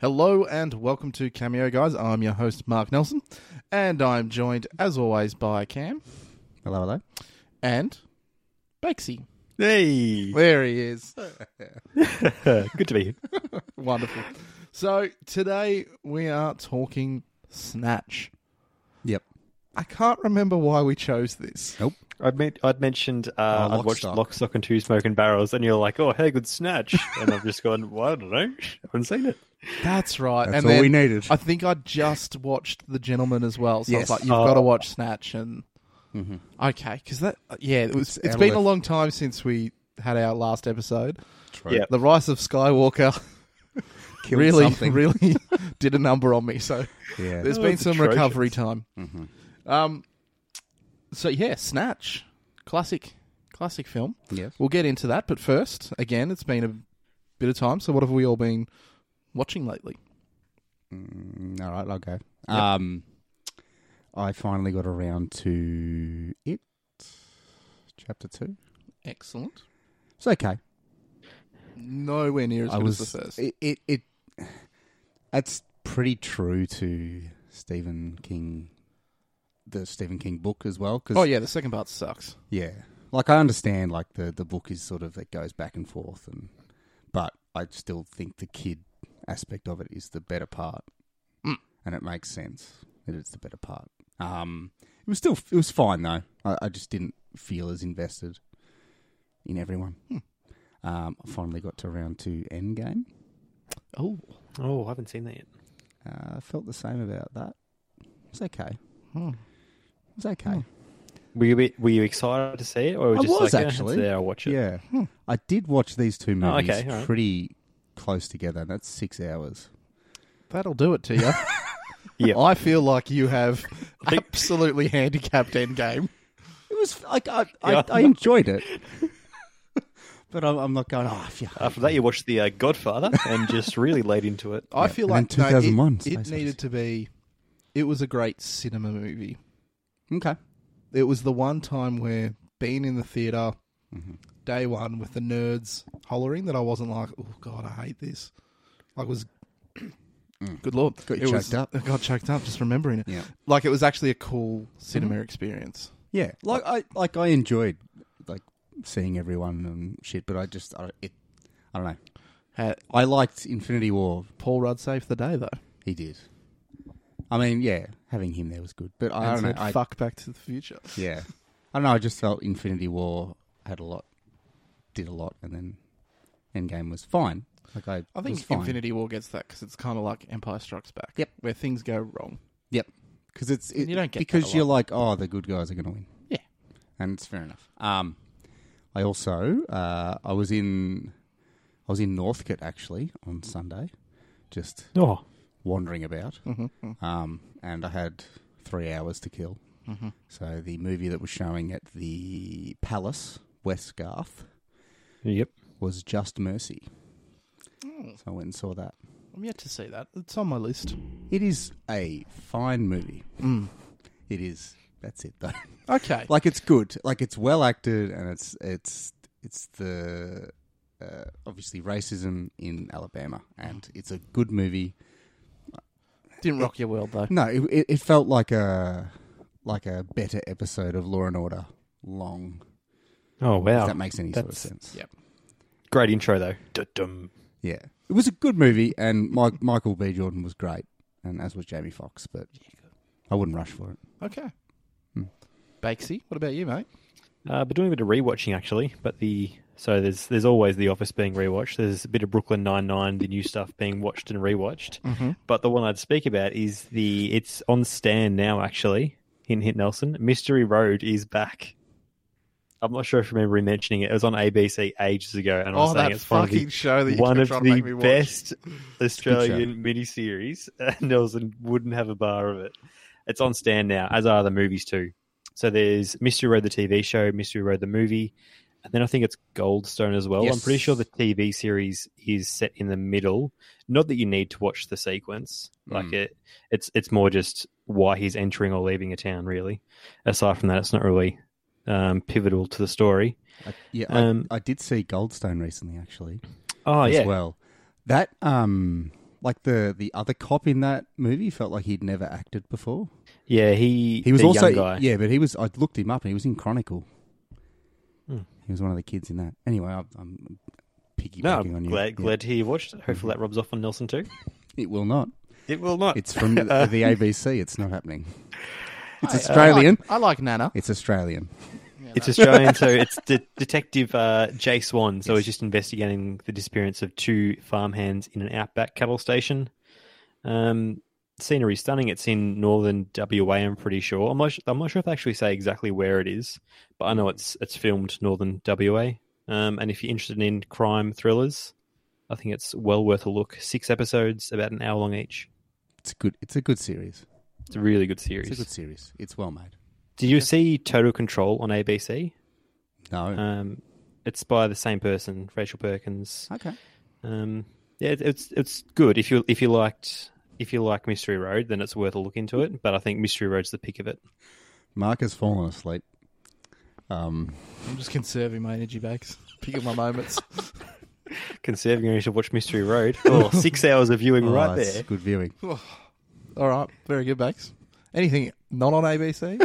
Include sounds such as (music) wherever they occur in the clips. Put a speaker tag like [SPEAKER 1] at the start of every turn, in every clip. [SPEAKER 1] Hello and welcome to Cameo, guys. I'm your host, Mark Nelson, and I'm joined, as always, by Cam
[SPEAKER 2] Hello, hello.
[SPEAKER 1] and Bakesy. (laughs)
[SPEAKER 2] Hey,
[SPEAKER 1] There he is.
[SPEAKER 2] good to be here.
[SPEAKER 1] Wonderful. So, today we are talking Snatch.
[SPEAKER 2] Yep.
[SPEAKER 1] I can't remember why we chose this.
[SPEAKER 3] I'd, made, I'd mentioned uh,
[SPEAKER 2] Oh, Lock,
[SPEAKER 3] I'd watched
[SPEAKER 2] Stock.
[SPEAKER 3] Lock, Stock, and Two Smoking Barrels, and you're like, "Oh, hey, good (laughs) snatch," and I've just gone, "Well, I don't know, I haven't seen it."
[SPEAKER 1] That's right.
[SPEAKER 2] That's
[SPEAKER 1] and
[SPEAKER 2] all
[SPEAKER 1] then
[SPEAKER 2] we needed.
[SPEAKER 1] I think I just watched The Gentleman as well. So
[SPEAKER 2] Yes. Uh,
[SPEAKER 1] I was
[SPEAKER 2] mm-hmm.
[SPEAKER 1] like, you've
[SPEAKER 3] Oh.
[SPEAKER 1] got to watch Snatch. And okay, because that, yeah, it was.
[SPEAKER 2] It's
[SPEAKER 1] it's
[SPEAKER 2] out
[SPEAKER 1] been
[SPEAKER 2] of
[SPEAKER 1] a
[SPEAKER 2] left-
[SPEAKER 1] long time since we had our last episode.
[SPEAKER 3] Yeah.
[SPEAKER 1] The Rise of Skywalker
[SPEAKER 2] Killed
[SPEAKER 1] really, (laughs)
[SPEAKER 2] something.
[SPEAKER 1] really did a number on me. So
[SPEAKER 2] (laughs) Yeah.
[SPEAKER 1] there's
[SPEAKER 3] Oh,
[SPEAKER 1] been
[SPEAKER 3] it's
[SPEAKER 1] some
[SPEAKER 3] atrocious.
[SPEAKER 1] recovery time. Um, so yeah, Snatch, classic, classic film.
[SPEAKER 2] Yes.
[SPEAKER 1] We'll get into that, but first, again, it's been a bit of time. So what have we all been watching lately?
[SPEAKER 2] Mm, All right, I'll go. Um, I finally got around to it. Chapter two.
[SPEAKER 1] Excellent.
[SPEAKER 2] It's okay.
[SPEAKER 1] Nowhere near as
[SPEAKER 2] I
[SPEAKER 1] good
[SPEAKER 2] was.
[SPEAKER 1] as the first.
[SPEAKER 2] It, it. It. That's pretty true to Stephen King, the Stephen King book as well. Cause
[SPEAKER 1] oh yeah, the second part sucks.
[SPEAKER 2] Yeah. Like I understand like the the book is sort of it goes back and forth and but I still think the kid aspect of it is the better part.
[SPEAKER 1] Mm.
[SPEAKER 2] And it makes sense that it's the better part. Um it was still it was fine though. I, I just didn't feel as invested in everyone.
[SPEAKER 1] Hmm.
[SPEAKER 2] Um I finally got to round two endgame.
[SPEAKER 1] Oh,
[SPEAKER 3] Oh, I haven't seen that yet.
[SPEAKER 2] Uh I felt the same about that. It's okay.
[SPEAKER 1] Hmm.
[SPEAKER 2] It's okay.
[SPEAKER 3] Were you bit- were you excited to see it, or were you
[SPEAKER 2] I
[SPEAKER 3] just
[SPEAKER 2] was,
[SPEAKER 3] like, "Yeah,
[SPEAKER 2] actually.
[SPEAKER 3] it's there, I'll watch it"?
[SPEAKER 2] Yeah. Hmm. I did watch these two
[SPEAKER 3] Oh,
[SPEAKER 2] movies
[SPEAKER 3] okay, all right.
[SPEAKER 2] pretty close together. and That's six hours.
[SPEAKER 1] that'll do it to (laughs) you.
[SPEAKER 3] Yeah.
[SPEAKER 1] I feel like you (laughs) have
[SPEAKER 3] Like-
[SPEAKER 1] absolutely handicapped Endgame.
[SPEAKER 2] It was like I,
[SPEAKER 3] Yeah.
[SPEAKER 2] I, I enjoyed it, (laughs) but I'm, I'm not going. Oh, yeah.
[SPEAKER 3] After that, you watched the uh, (laughs) Godfather and just really laid into it.
[SPEAKER 1] I feel
[SPEAKER 2] and
[SPEAKER 1] like
[SPEAKER 2] then
[SPEAKER 1] no,
[SPEAKER 2] 2001,
[SPEAKER 1] it, it
[SPEAKER 2] Space
[SPEAKER 1] needed
[SPEAKER 2] Odyssey.
[SPEAKER 1] to be. It was a great cinema movie.
[SPEAKER 2] Okay.
[SPEAKER 1] It was the one time where being in the theater
[SPEAKER 2] Mhm.
[SPEAKER 1] day one with the nerds hollering that I wasn't like, oh god, I hate this. Like it was.
[SPEAKER 2] Mm.
[SPEAKER 1] Good lord,
[SPEAKER 2] Got you
[SPEAKER 1] it was-
[SPEAKER 2] choked up.
[SPEAKER 1] I got choked up just remembering it.
[SPEAKER 2] Yeah. Mm-hmm.
[SPEAKER 1] Like it was actually a cool cinema experience.
[SPEAKER 2] Yeah. Like I like I enjoyed like seeing everyone and shit, but I just I, it I don't know.
[SPEAKER 1] Had
[SPEAKER 2] I liked Infinity War.
[SPEAKER 1] Paul Rudd saved the day though.
[SPEAKER 2] He did. I mean, yeah, having him there was good, but I
[SPEAKER 1] and
[SPEAKER 2] don't know.
[SPEAKER 1] said,
[SPEAKER 2] I,
[SPEAKER 1] fuck Back to the Future.
[SPEAKER 2] yeah, I don't know. I just felt Infinity War had a lot, did a lot, and then Endgame was fine. Like I,
[SPEAKER 1] I
[SPEAKER 2] was
[SPEAKER 1] think
[SPEAKER 2] fine.
[SPEAKER 1] Infinity War gets that because it's kind of like Empire Strikes Back.
[SPEAKER 2] Yep.
[SPEAKER 1] where things go wrong.
[SPEAKER 2] because it's it,
[SPEAKER 1] You don't get that a
[SPEAKER 2] because
[SPEAKER 1] lot.
[SPEAKER 2] you're like, oh, the good guys are going to win.
[SPEAKER 1] Yeah.
[SPEAKER 2] and it's fair enough. Um, I also uh, I was in I was in Northcote actually on Sunday, just
[SPEAKER 3] Oh,
[SPEAKER 2] wandering about,
[SPEAKER 1] Mm-hmm.
[SPEAKER 2] um, and I had three hours to kill.
[SPEAKER 1] Mhm.
[SPEAKER 2] So the movie that was showing at the Palace West Garth
[SPEAKER 3] yep.
[SPEAKER 2] was Just Mercy.
[SPEAKER 1] Mm.
[SPEAKER 2] So I went and saw that.
[SPEAKER 1] I'm yet to see that. It's on my list.
[SPEAKER 2] It is a fine movie.
[SPEAKER 1] Mm.
[SPEAKER 2] It is. That's it though.
[SPEAKER 1] Okay.
[SPEAKER 2] like it's good like it's well acted and it's it's it's the uh, obviously racism in alabama and it's a good movie
[SPEAKER 1] Didn't rock your world though.
[SPEAKER 2] no it, it, it felt like a like a better episode of law and order long
[SPEAKER 3] Oh
[SPEAKER 2] if
[SPEAKER 3] wow,
[SPEAKER 2] that makes any sort of
[SPEAKER 3] that's-
[SPEAKER 2] sense
[SPEAKER 1] yeah.
[SPEAKER 3] great intro though. Dum-dum.
[SPEAKER 2] yeah it was a good movie and Mike, michael b jordan was great and as was jamie fox but i wouldn't rush for it
[SPEAKER 1] Okay.
[SPEAKER 2] Hmm.
[SPEAKER 1] Bakesy, what about you, mate?
[SPEAKER 3] Uh, but doing a bit of rewatching actually. But the so there's there's always The Office being rewatched. There's a bit of Brooklyn Nine Nine, the new stuff being watched and rewatched.
[SPEAKER 1] Mm-hmm.
[SPEAKER 3] But the one I'd speak about is the it's on stand now actually. Hint hint Nelson. Mystery Road is back. I'm not sure if I remember him mentioning it. It was on ABC ages ago, and I was
[SPEAKER 1] Oh,
[SPEAKER 3] saying
[SPEAKER 1] that
[SPEAKER 3] it's one of
[SPEAKER 1] fucking
[SPEAKER 3] the,
[SPEAKER 1] show that you
[SPEAKER 3] one
[SPEAKER 1] kept
[SPEAKER 3] of
[SPEAKER 1] trying to make me
[SPEAKER 3] the
[SPEAKER 1] watch.
[SPEAKER 3] best
[SPEAKER 2] show.
[SPEAKER 3] Australian miniseries. (laughs) And Nelson wouldn't have a bar of it. It's on stand now, as are the movies too. So there's Mystery Road the TV show, Mystery Road the movie, and then I think it's Goldstone as well. I'm pretty
[SPEAKER 2] Yes.
[SPEAKER 3] sure the TV series is set in the middle. Not that you need to watch the sequence, like
[SPEAKER 2] Mm.
[SPEAKER 3] it. It's it's more just why he's entering or leaving a town. Really, aside from that, it's not really um, pivotal to the story.
[SPEAKER 2] I, yeah
[SPEAKER 3] Um,
[SPEAKER 2] I, I did see goldstone recently actually
[SPEAKER 3] Oh
[SPEAKER 2] as
[SPEAKER 3] yeah,
[SPEAKER 2] well. That um Like the the other cop in that movie felt like he'd never acted before.
[SPEAKER 3] Yeah, he
[SPEAKER 2] He was
[SPEAKER 3] the
[SPEAKER 2] also
[SPEAKER 3] young guy.
[SPEAKER 2] yeah, but he was. I looked him up, and he was in Chronicle.
[SPEAKER 3] Hmm.
[SPEAKER 2] He was one of the kids in that. Anyway, I'm, I'm piggybacking
[SPEAKER 3] No,
[SPEAKER 2] on
[SPEAKER 3] I'm
[SPEAKER 2] you.
[SPEAKER 3] glad
[SPEAKER 2] Yeah.
[SPEAKER 3] glad to hear you watched it. Hopefully that rubs off on Nelson too.
[SPEAKER 2] it will not.
[SPEAKER 3] (laughs) It will not.
[SPEAKER 2] It's
[SPEAKER 3] (laughs)
[SPEAKER 2] from the, the ABC. It's not happening. It's
[SPEAKER 3] uh,
[SPEAKER 1] I-
[SPEAKER 2] Australian.
[SPEAKER 1] I like, I like Nana.
[SPEAKER 2] It's Australian.
[SPEAKER 3] It's
[SPEAKER 2] (laughs)
[SPEAKER 3] Australian, so it's de- Detective uh, Jay Swan. So he's just investigating the disappearance of two farmhands in an outback cattle station. Um, scenery stunning. It's in northern WA. I'm pretty sure. I'm not. su- I'm not sure if they actually say exactly where it is, but I know it's it's filmed northern WA. Um, and if you're interested in crime thrillers, I think it's well worth a look. Six episodes, about an hour long each.
[SPEAKER 2] It's a good. It's a good series.
[SPEAKER 3] It's a really good series.
[SPEAKER 2] It's a good series. It's well made.
[SPEAKER 3] Did you see Total Control on ABC?
[SPEAKER 2] No.
[SPEAKER 3] Um, it's by the same person, Rachel Perkins.
[SPEAKER 2] okay.
[SPEAKER 3] Um, yeah, it- it's it's good if you if you liked if you like Mystery Road, then it's worth a look into it. But I think Mystery Road's the pick of it.
[SPEAKER 2] Mark has fallen asleep. Um,
[SPEAKER 1] I'm just conserving my energy bags. (laughs) Pick up my moments.
[SPEAKER 3] Conserving energy to watch Mystery Road. Oh, six hours of viewing
[SPEAKER 2] oh,
[SPEAKER 3] right
[SPEAKER 2] it's
[SPEAKER 3] there.
[SPEAKER 2] Good viewing.
[SPEAKER 1] All right, very good, Bags. Anything not on
[SPEAKER 2] (laughs)
[SPEAKER 1] ABC?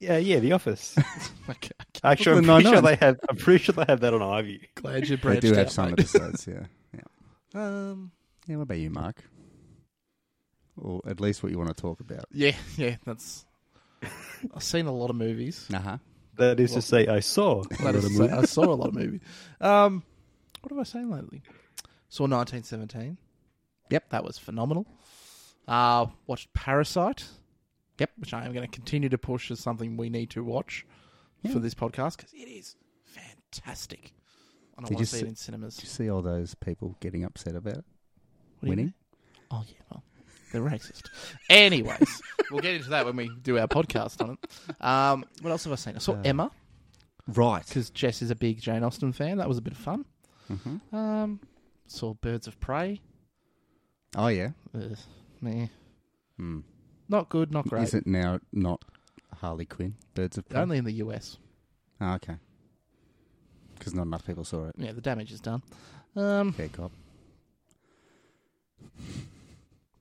[SPEAKER 3] Yeah, yeah, The (laughs) Office.
[SPEAKER 1] okay,
[SPEAKER 2] The
[SPEAKER 3] Actually, I'm pretty sure
[SPEAKER 2] Nine-Nine.
[SPEAKER 3] they have. I'm pretty sure they have that on iView.
[SPEAKER 1] glad you
[SPEAKER 2] They
[SPEAKER 1] branched
[SPEAKER 2] do
[SPEAKER 1] out,
[SPEAKER 2] have some
[SPEAKER 1] mate.
[SPEAKER 2] episodes. Yeah. (laughs) Yeah.
[SPEAKER 1] Um,
[SPEAKER 2] Yeah. What about you, Mark? Or at least what you want to talk about.
[SPEAKER 1] yeah, yeah, that's. I've seen a lot of movies.
[SPEAKER 2] Uh huh.
[SPEAKER 3] That is to say, I saw.
[SPEAKER 1] That is to say, I saw a lot of movies. Um, what have I seen lately? Saw 1917.
[SPEAKER 2] Yep.
[SPEAKER 1] that was phenomenal. Uh, watched Parasite.
[SPEAKER 2] Yep.
[SPEAKER 1] which I am going to continue to push as something we need to watch for this podcast because it is fantastic. And I
[SPEAKER 2] Did
[SPEAKER 1] want
[SPEAKER 2] you
[SPEAKER 1] to see
[SPEAKER 2] see-
[SPEAKER 1] it in cinemas.
[SPEAKER 2] Did you see all those people getting upset about it?
[SPEAKER 1] What do you
[SPEAKER 2] winning?
[SPEAKER 1] mean? Oh yeah, well, they're racist. (laughs) Anyways, we'll get into that when we do our podcast on it. Um, what else have I seen? I
[SPEAKER 2] Uh,
[SPEAKER 1] saw Emma
[SPEAKER 2] Right.
[SPEAKER 1] because Jess is a big Jane Austen fan. That was a bit of fun.
[SPEAKER 2] Mm-hmm.
[SPEAKER 1] Um, saw Birds of Prey.
[SPEAKER 2] Oh yeah.
[SPEAKER 1] Ugh, meh.
[SPEAKER 2] Hmm.
[SPEAKER 1] not good, not great.
[SPEAKER 2] Is it now not Harley Quinn? Birds of Prey.
[SPEAKER 1] Only in the US.
[SPEAKER 2] Oh, okay. Because not enough people saw it.
[SPEAKER 1] Yeah, the damage is done. Um,
[SPEAKER 2] Fair cop.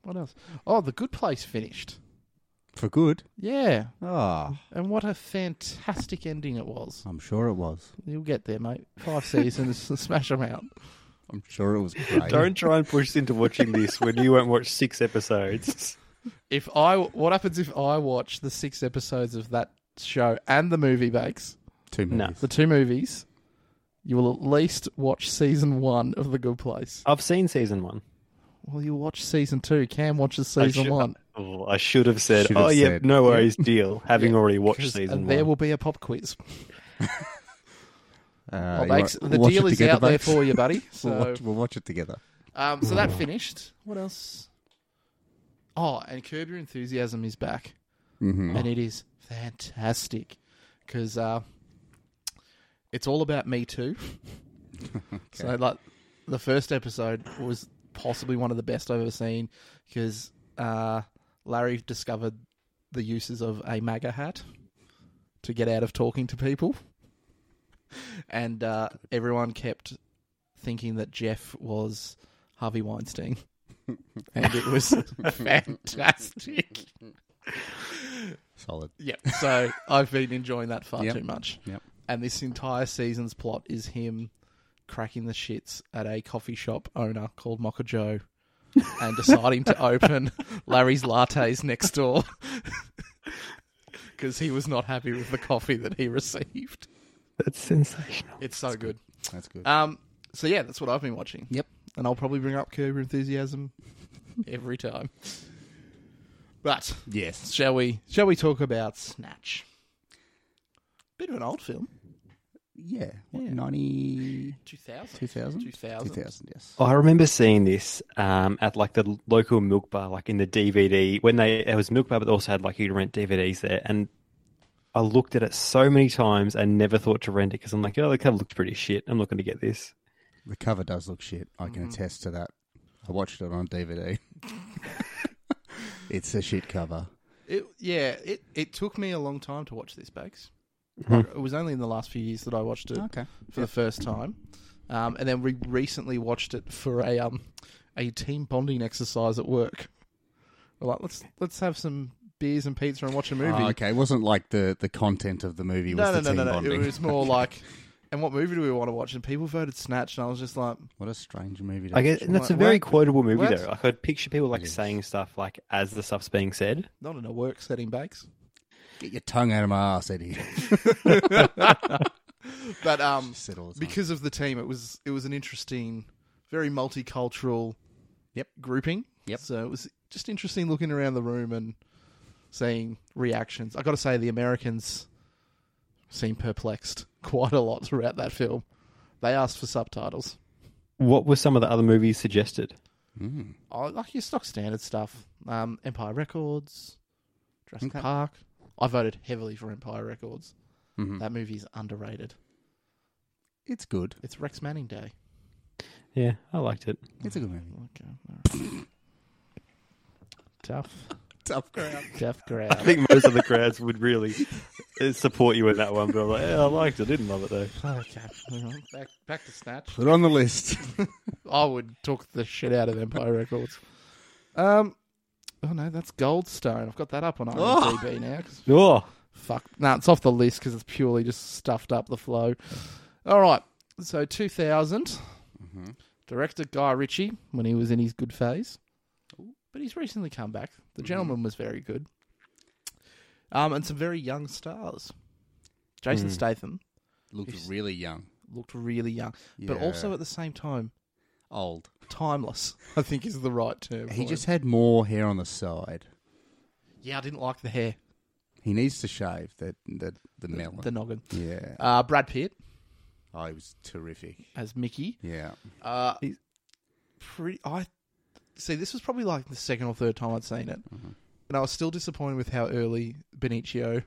[SPEAKER 1] what else? Oh, The Good Place finished.
[SPEAKER 2] For good.
[SPEAKER 1] Yeah,
[SPEAKER 2] Ah,
[SPEAKER 1] and what a fantastic ending it was.
[SPEAKER 2] I'm sure it was.
[SPEAKER 1] You'll get there, mate. Five seasons, (laughs) smash them out.
[SPEAKER 2] I'm sure it (laughs) was great.
[SPEAKER 3] Don't try and push us into watching this when you won't watch six (laughs) episodes.
[SPEAKER 1] If I, what happens if I watch the six episodes of that show and the movie bakes,
[SPEAKER 2] Two
[SPEAKER 3] No.
[SPEAKER 2] minutes.
[SPEAKER 1] the two movies? You will at least watch season one of The Good Place.
[SPEAKER 3] I've seen season one.
[SPEAKER 1] Well, you watch season two. Cam watches
[SPEAKER 3] I
[SPEAKER 1] season
[SPEAKER 3] should-
[SPEAKER 1] one.
[SPEAKER 3] Oh, I should have said,
[SPEAKER 2] Should have
[SPEAKER 3] oh, yeah,
[SPEAKER 2] said.
[SPEAKER 3] no worries, deal, (laughs) having
[SPEAKER 1] Yeah,
[SPEAKER 3] already watched
[SPEAKER 1] 'Cause-
[SPEAKER 3] season
[SPEAKER 1] and there
[SPEAKER 3] one.
[SPEAKER 1] will be a pop quiz.
[SPEAKER 2] Uh,
[SPEAKER 1] Well,
[SPEAKER 2] you
[SPEAKER 1] Bakes,
[SPEAKER 2] wa-
[SPEAKER 1] the
[SPEAKER 2] watch
[SPEAKER 1] deal
[SPEAKER 2] it
[SPEAKER 1] is
[SPEAKER 2] together,
[SPEAKER 1] out there
[SPEAKER 2] Bakes?
[SPEAKER 1] for you, buddy.
[SPEAKER 2] (laughs) We'll,
[SPEAKER 1] So,
[SPEAKER 2] watch, we'll watch it together.
[SPEAKER 1] um, so
[SPEAKER 2] (laughs)
[SPEAKER 1] that finished. What else? Oh, and Curb Your Enthusiasm is back.
[SPEAKER 2] Mm-hmm.
[SPEAKER 1] and it is fantastic because uh, it's all about me too. (laughs) So like the first episode was possibly one of the best I've ever seen because uh, Larry discovered the uses of a MAGA hat to get out of talking to people, (laughs) and uh, everyone kept thinking that Jeff was Harvey Weinstein. and it was fantastic.
[SPEAKER 2] Solid.
[SPEAKER 1] Yep.
[SPEAKER 2] (laughs)
[SPEAKER 1] So I've been enjoying that far
[SPEAKER 2] Yep.
[SPEAKER 1] too much.
[SPEAKER 2] Yep.
[SPEAKER 1] And this entire season's plot is him cracking the shits at a coffee shop owner called Mocha
[SPEAKER 2] (laughs)
[SPEAKER 1] Joe and deciding to open Larry's lattes next door (laughs) because he was not happy with the coffee that he received.
[SPEAKER 3] That's sensational.
[SPEAKER 1] It's so good.
[SPEAKER 2] That's good.
[SPEAKER 1] Um, so yeah, that's what I've been watching.
[SPEAKER 2] Yep.
[SPEAKER 1] And I'll probably bring up Curb Your Enthusiasm
[SPEAKER 2] (laughs)
[SPEAKER 1] every time. But
[SPEAKER 2] yes.
[SPEAKER 1] shall we shall we talk about Snatch? Bit of an old film.
[SPEAKER 2] Yeah. What,
[SPEAKER 1] Yeah.
[SPEAKER 2] 90...
[SPEAKER 1] 2000.
[SPEAKER 2] 2000?
[SPEAKER 1] 2000.
[SPEAKER 2] 2000,
[SPEAKER 1] Oh.
[SPEAKER 2] yes.
[SPEAKER 3] I remember seeing this um, at like the local milk bar, like in the DVD when they it was milk bar, but they also had like you'd rent DVDs there. And I looked at it so many times and never thought to rent it because I'm like, oh, the cover looks pretty shit. I'm not going to get this.
[SPEAKER 2] The cover does look shit. I
[SPEAKER 1] Mm-hmm.
[SPEAKER 2] can attest to that. I watched it on DVD.
[SPEAKER 1] (laughs)
[SPEAKER 2] it's a shit cover.
[SPEAKER 1] It, yeah, it, it took me a long time to watch this, Bags.
[SPEAKER 3] Mhm.
[SPEAKER 1] It was only in the last few years that I watched it
[SPEAKER 2] Hmm. Okay.
[SPEAKER 1] for the first time. Um, and then we recently watched it for a um, a team bonding exercise at work. We're like, let's let's have some beers and pizza and watch a movie.
[SPEAKER 2] Oh, okay, it wasn't like the, the content of the movie was
[SPEAKER 1] no, no,
[SPEAKER 2] the
[SPEAKER 1] no,
[SPEAKER 2] team
[SPEAKER 1] no, no.
[SPEAKER 2] bonding.
[SPEAKER 1] It was more like, and what movie do we want to watch? And people voted Snatch, and I was just like,
[SPEAKER 2] (laughs) what a strange movie. To
[SPEAKER 3] I guess
[SPEAKER 2] watch.
[SPEAKER 3] and that's a
[SPEAKER 1] What-
[SPEAKER 3] very
[SPEAKER 1] what-
[SPEAKER 3] quotable movie
[SPEAKER 1] what?
[SPEAKER 3] though. Like I'd picture people like
[SPEAKER 2] It is.
[SPEAKER 3] saying stuff like as the stuff's being said.
[SPEAKER 1] not in a work setting, Bakes.
[SPEAKER 2] Get your tongue out of my ass, Eddie.
[SPEAKER 1] But um,
[SPEAKER 2] Said all the time.
[SPEAKER 1] because of the team, it was it was an interesting, very multicultural,
[SPEAKER 2] Yep.
[SPEAKER 1] grouping.
[SPEAKER 2] Yep.
[SPEAKER 1] So it was just interesting looking around the room and seeing reactions. I got to say, the Americans seemed perplexed (laughs) quite a lot throughout that film. They asked for subtitles.
[SPEAKER 3] What were some of the other movies suggested?
[SPEAKER 2] Mm.
[SPEAKER 1] Oh, like your stock standard stuff. Um, Empire Records, Jurassic
[SPEAKER 2] Okay.
[SPEAKER 1] Park. I voted heavily for Empire Records.
[SPEAKER 2] Mhm.
[SPEAKER 1] That movie's underrated.
[SPEAKER 2] It's good.
[SPEAKER 1] It's Rex Manning Day.
[SPEAKER 3] Yeah, I liked it.
[SPEAKER 2] It's a good movie.
[SPEAKER 1] Okay. (laughs) Tough,
[SPEAKER 2] Tough crowd.
[SPEAKER 1] tough
[SPEAKER 3] I (laughs)
[SPEAKER 1] crowd.
[SPEAKER 3] think most of the crowds would really uh, support you in that one, but I'm like, yeah, I liked it. Didn't love it though.
[SPEAKER 1] okay, hang on. back back to snatch.
[SPEAKER 2] Put it on
[SPEAKER 1] (laughs)
[SPEAKER 2] the list. Mm-hmm.
[SPEAKER 1] I would talk the shit out of Empire (laughs) Records. Um, oh no, that's Goldstone. I've got that up on IMDb now. 'cause
[SPEAKER 3] Oh,
[SPEAKER 1] Fuck. No, it's off the list because it's purely just stuffed up the flow. All right. So 2000, director Guy Ritchie when he was in his good phase. But he's recently come back. The
[SPEAKER 2] Mm-hmm.
[SPEAKER 1] gentleman was very good. Um, and some very young stars. Jason
[SPEAKER 2] Mm.
[SPEAKER 1] Statham
[SPEAKER 2] Looked
[SPEAKER 1] It's-
[SPEAKER 2] really young,
[SPEAKER 1] looked really young, but
[SPEAKER 2] Yeah.
[SPEAKER 1] also at the same time,
[SPEAKER 2] old.
[SPEAKER 1] timeless, (laughs) I think is the right term. for
[SPEAKER 2] He
[SPEAKER 1] him.
[SPEAKER 2] just had more hair on the side.
[SPEAKER 1] yeah, I didn't like the hair,
[SPEAKER 2] He needs to shave the the, the melon.
[SPEAKER 1] the noggin.
[SPEAKER 2] yeah.
[SPEAKER 1] Uh, Brad Pitt
[SPEAKER 2] Oh, he was terrific.
[SPEAKER 1] as Mickey.
[SPEAKER 2] Yeah.
[SPEAKER 1] Uh,
[SPEAKER 3] He's-
[SPEAKER 1] pretty. I see. This was probably like the second or third time I'd seen it,
[SPEAKER 2] Mm-hmm.
[SPEAKER 1] and I was still disappointed with how early Benicio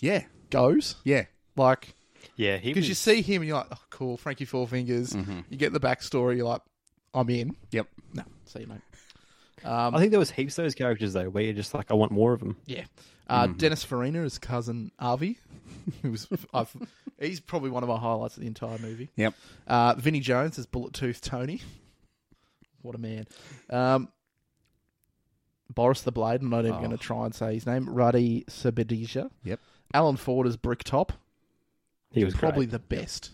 [SPEAKER 2] Yeah.
[SPEAKER 1] goes.
[SPEAKER 2] Yeah.
[SPEAKER 1] Like,
[SPEAKER 3] yeah, he
[SPEAKER 1] because you
[SPEAKER 3] was.
[SPEAKER 1] see him and you're like, "Oh, cool, Frankie Four Fingers." You get the backstory. You're like, "I'm in."
[SPEAKER 2] Yep.
[SPEAKER 1] No, so you know.
[SPEAKER 3] I think there was heaps of those characters though, where you're just like, I want more of them.
[SPEAKER 1] Yeah. Uh, Dennis Farina is cousin Avi. (laughs) Who was I've, he's probably one of my highlights of the entire movie.
[SPEAKER 2] Yep.
[SPEAKER 1] Uh, Vinnie Jones is Bullet Tooth Tony. What a man. Um, Boris the Blade. I'm not even
[SPEAKER 2] Oh.
[SPEAKER 1] going to try and say his name. Ruddy Sabadija.
[SPEAKER 2] Yep.
[SPEAKER 1] Alan Ford is Bricktop.
[SPEAKER 3] He was
[SPEAKER 1] probably
[SPEAKER 3] probably.
[SPEAKER 1] the best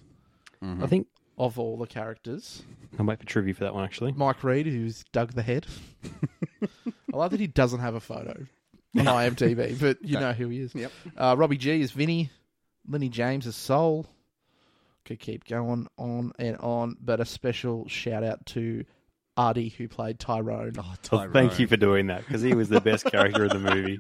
[SPEAKER 3] I think
[SPEAKER 1] of all the characters.
[SPEAKER 3] I'm wait for trivia for that one actually.
[SPEAKER 1] Mike Reed, who's Doug the Head. (laughs) I love that he doesn't have a photo on IMDb, but you know who he is.
[SPEAKER 2] Yep.
[SPEAKER 1] Uh, Robbie G is Vinny. Lenny James is Soul. Could keep going on and on, but a special shout out to Artie, who played Tyrone.
[SPEAKER 2] Oh,
[SPEAKER 3] Well, thank you for doing that because he was the best character of the (laughs) movie.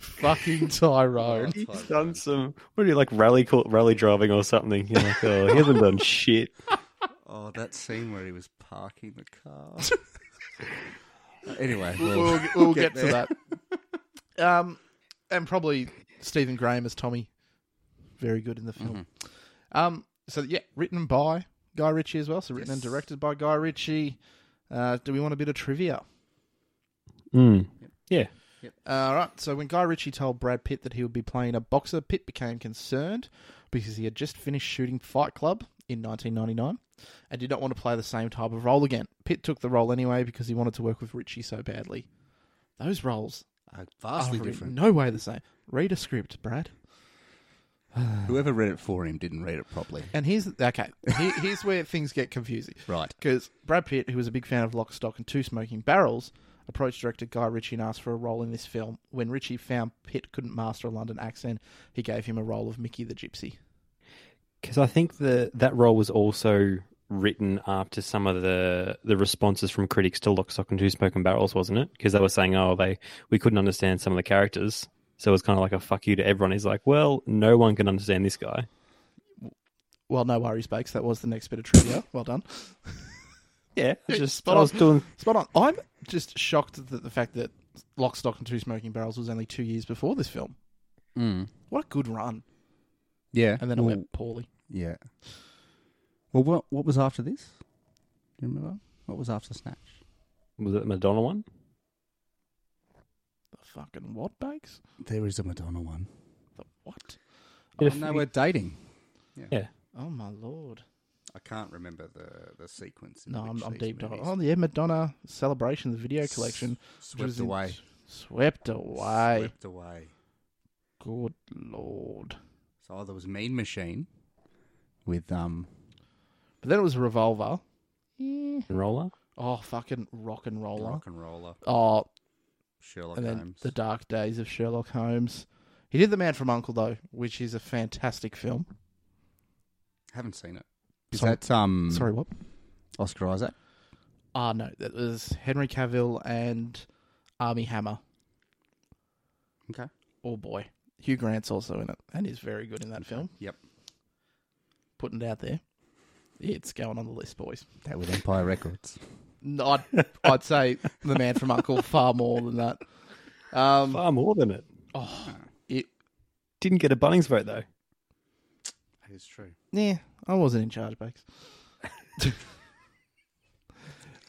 [SPEAKER 1] Fucking Tyrone.
[SPEAKER 3] He's done some. What are you like rally call, rally driving or something? You're like, oh, he hasn't done shit. (laughs)
[SPEAKER 2] Oh, that scene where he was parking the car. (laughs) anyway,
[SPEAKER 1] We'll,
[SPEAKER 2] (laughs) well,
[SPEAKER 1] we'll get, to that. Um, and probably Stephen Graham as Tommy. Very good in the film. Um, so yeah, written by Guy Ritchie as well. So written and
[SPEAKER 2] Yes.
[SPEAKER 1] directed by Guy Ritchie. Uh, do we want a bit of trivia? Uh,
[SPEAKER 3] Mm. Yeah,
[SPEAKER 1] All right. So when Guy Ritchie told Brad Pitt that he would be playing a boxer, Pitt became concerned because he had just finished shooting Fight Club in 1999 and did not want to play the same type of role again. Pitt took the role anyway because he wanted to work with Ritchie so badly. Those roles
[SPEAKER 2] Uh,
[SPEAKER 1] are
[SPEAKER 2] vastly
[SPEAKER 1] in
[SPEAKER 2] different.
[SPEAKER 1] no way the same. Read a script, Brad.
[SPEAKER 2] Whoever read it for him didn't read it properly.
[SPEAKER 1] And here's okay. Here, here's where things get confusing.
[SPEAKER 2] Right.
[SPEAKER 1] Because Brad Pitt, who was a big fan of Lock, Stock, and Two Smoking Barrels, approached director Guy Ritchie and asked for a role in this film. When Ritchie found Pitt couldn't master a London accent, he gave him a role of Mickey the Gypsy.
[SPEAKER 3] because I think the that role was also written after some of the the responses from critics to Lock, Stock, and Two Smoking Barrels, wasn't it? Because they were saying, oh, they we couldn't understand some of the characters, so it was kind of like a fuck you to everyone. He's like, well, no one can understand this guy.
[SPEAKER 1] Well, no worries, Bakes. That was the next bit of trivia. Well done.
[SPEAKER 3] Yeah, it's just
[SPEAKER 1] spot
[SPEAKER 3] I was
[SPEAKER 1] on.
[SPEAKER 3] doing
[SPEAKER 1] Spot on. I'm just shocked at the, the fact that Lock, Stock, and Two Smoking Barrels was only two years before this film.
[SPEAKER 2] Mm.
[SPEAKER 1] What a good run.
[SPEAKER 2] Yeah.
[SPEAKER 1] And then it
[SPEAKER 2] Well,
[SPEAKER 1] went poorly.
[SPEAKER 2] Yeah. Well, what what was after this? Do you remember? What was after Snatch?
[SPEAKER 3] was it the Madonna one?
[SPEAKER 1] Fucking what, Bakes?
[SPEAKER 2] There is a Madonna one.
[SPEAKER 1] The what?
[SPEAKER 3] If
[SPEAKER 2] no,
[SPEAKER 3] we-
[SPEAKER 2] we're dating.
[SPEAKER 3] yeah,
[SPEAKER 1] Oh, my lord.
[SPEAKER 2] I can't remember the, the sequence. In
[SPEAKER 1] No, I'm,
[SPEAKER 2] which
[SPEAKER 1] I'm
[SPEAKER 2] these
[SPEAKER 1] deep diving.
[SPEAKER 2] movies
[SPEAKER 1] Oh, yeah, Madonna Celebration, the video collection. which
[SPEAKER 2] Swept
[SPEAKER 1] was in-
[SPEAKER 2] away.
[SPEAKER 1] Swept away.
[SPEAKER 2] Swept away.
[SPEAKER 1] Good lord.
[SPEAKER 2] So either was Mean Machine with um
[SPEAKER 1] But then it was Revolver.
[SPEAKER 3] Roller.
[SPEAKER 1] Oh, fucking rock and roller.
[SPEAKER 2] Rock and Roller,
[SPEAKER 1] Oh,
[SPEAKER 2] Sherlock
[SPEAKER 1] and then
[SPEAKER 2] Holmes.
[SPEAKER 1] The Dark Days of Sherlock Holmes. He did The Man from Uncle, though, which is a fantastic film.
[SPEAKER 2] Haven't seen it. Is
[SPEAKER 1] Sorry.
[SPEAKER 2] that um
[SPEAKER 1] Sorry, what?
[SPEAKER 2] Oscar Isaac?
[SPEAKER 1] Ah, no, that was Henry Cavill and Army Hammer.
[SPEAKER 2] Okay.
[SPEAKER 1] Oh, boy. Hugh Grant's also in it and is very good in that film.
[SPEAKER 2] Yep.
[SPEAKER 1] Putting it out there. It's going on the list, boys.
[SPEAKER 2] That with Empire Records.
[SPEAKER 1] No, I'd, I'd say The Man from Uncle far more than
[SPEAKER 2] (laughs)
[SPEAKER 1] that. Um,
[SPEAKER 3] Far more than it.
[SPEAKER 1] oh, it,
[SPEAKER 3] Didn't get a Bunnings vote though.
[SPEAKER 2] (laughs) That is true.
[SPEAKER 1] yeah, I wasn't in charge, Bakes. (laughs)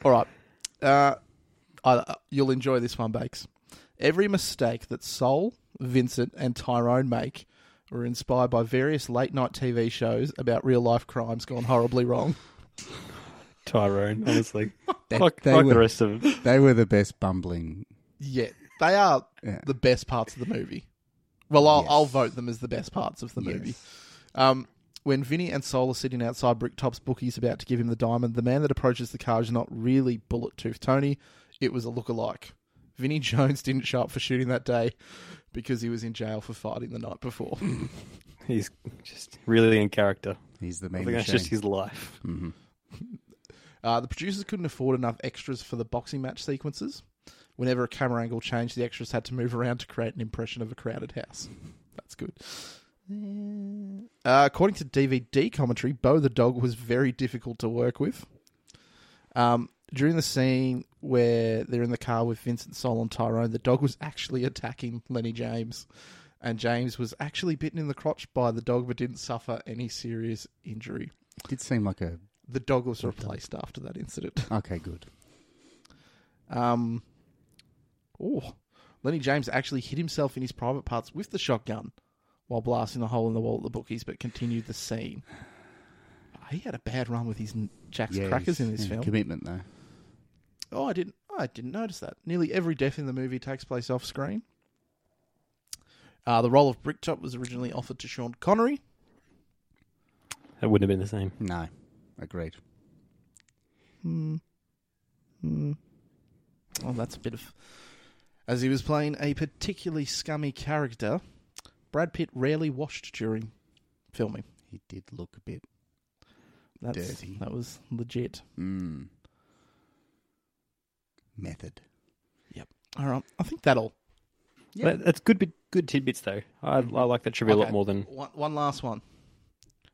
[SPEAKER 1] All right. Uh, I, you'll enjoy this one, Bakes. Every mistake that Sol, Vincent, and Tyrone make were inspired by various late night TV shows about real life crimes gone horribly wrong.
[SPEAKER 3] Tyrone, honestly.
[SPEAKER 2] (laughs) They,
[SPEAKER 3] fuck
[SPEAKER 2] they
[SPEAKER 3] fuck
[SPEAKER 2] were,
[SPEAKER 3] the rest of them.
[SPEAKER 2] they were the best bumbling.
[SPEAKER 1] Yeah, they are
[SPEAKER 2] Yeah.
[SPEAKER 1] the best parts of the movie. Well, I'll,
[SPEAKER 2] Yes.
[SPEAKER 1] I'll vote them as the best parts of the movie. Um, when Vinny and Sol are sitting outside Bricktop's bookies about to give him the diamond, the man that approaches the car is not really Bullet Tooth Tony. It was a lookalike. Vinny (laughs) Jones didn't show up for shooting that day because he was in jail for fighting the night before.
[SPEAKER 3] He's just really in character.
[SPEAKER 2] He's the
[SPEAKER 3] I
[SPEAKER 2] main
[SPEAKER 3] think that's
[SPEAKER 2] machine.
[SPEAKER 3] just his life.
[SPEAKER 2] hmm
[SPEAKER 1] Uh, the producers couldn't afford enough extras for the boxing match sequences. Whenever a camera angle changed, the extras had to move around to create an impression of a crowded house. That's good. Uh, according to DVD commentary, Bo the dog was very difficult to work with. Um, during the scene where they're in the car with Vincent Sol and Tyrone, the dog was actually attacking Lenny James. And James was actually bitten in the crotch by the dog but didn't suffer any serious injury.
[SPEAKER 2] Did seem like a
[SPEAKER 1] The dog was replaced after that incident.
[SPEAKER 2] okay, good.
[SPEAKER 1] Um, oh, Lenny James actually hit himself in his private parts with the shotgun while blasting a hole in the wall at the bookies, but continued the scene. Ah, He had a bad run with his n- Jack's
[SPEAKER 2] Yeah,
[SPEAKER 1] crackers
[SPEAKER 2] he's-
[SPEAKER 1] in this
[SPEAKER 2] yeah,
[SPEAKER 1] film.
[SPEAKER 2] Commitment though.
[SPEAKER 1] Oh, I didn't. I didn't notice that. Nearly every death in the movie takes place off screen. Uh, the role of Bricktop was originally offered to Sean Connery.
[SPEAKER 3] It wouldn't have been the same.
[SPEAKER 2] No. Agreed.
[SPEAKER 1] Hmm. Hmm. Well, that's a bit of. As he was playing a particularly scummy character, Brad Pitt rarely washed during filming.
[SPEAKER 2] He did look a bit
[SPEAKER 1] That's,
[SPEAKER 2] Dirty.
[SPEAKER 1] That was legit.
[SPEAKER 2] mm, method.
[SPEAKER 1] All right. I think that'll.
[SPEAKER 2] Yeah.
[SPEAKER 3] That- That's good. bit- Good tidbits though. I, I like that trivia a lot
[SPEAKER 1] Mm-hmm. Okay.
[SPEAKER 3] more than
[SPEAKER 1] One, one last one.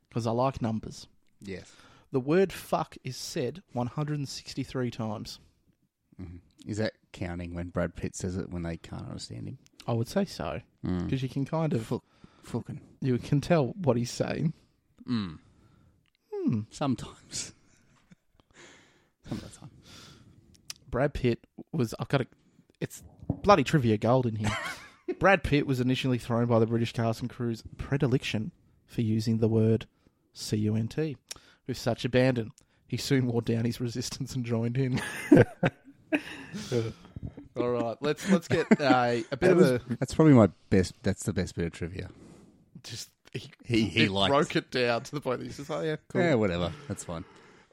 [SPEAKER 1] Because I like numbers.
[SPEAKER 2] Yes.
[SPEAKER 1] The word fuck is said 163 times.
[SPEAKER 2] hmm Is that counting when Brad Pitt says it when they can't understand him?
[SPEAKER 1] I would say so.
[SPEAKER 2] Mm.
[SPEAKER 1] Because Hmm. you can kind of.
[SPEAKER 2] Fuck. Fucking.
[SPEAKER 1] You can tell what he's saying.
[SPEAKER 2] Mm.
[SPEAKER 1] Hmm.
[SPEAKER 2] Sometimes. (laughs) Some of the time.
[SPEAKER 1] Brad Pitt was I've got a it's bloody trivia gold (laughs) in here. Brad Pitt was initially thrown by the British cast and crew's predilection for using the word C U N T with such abandon. He soon wore down his resistance and joined in. (laughs) All right, let's let's get a, a bit
[SPEAKER 2] That
[SPEAKER 1] of
[SPEAKER 2] was-
[SPEAKER 1] a
[SPEAKER 2] that's probably my best. That's the best bit of trivia.
[SPEAKER 1] just he,
[SPEAKER 2] He- he
[SPEAKER 1] it
[SPEAKER 2] liked-
[SPEAKER 1] broke it down to the point that he says, "Oh yeah, cool."
[SPEAKER 2] Yeah, whatever. That's fine.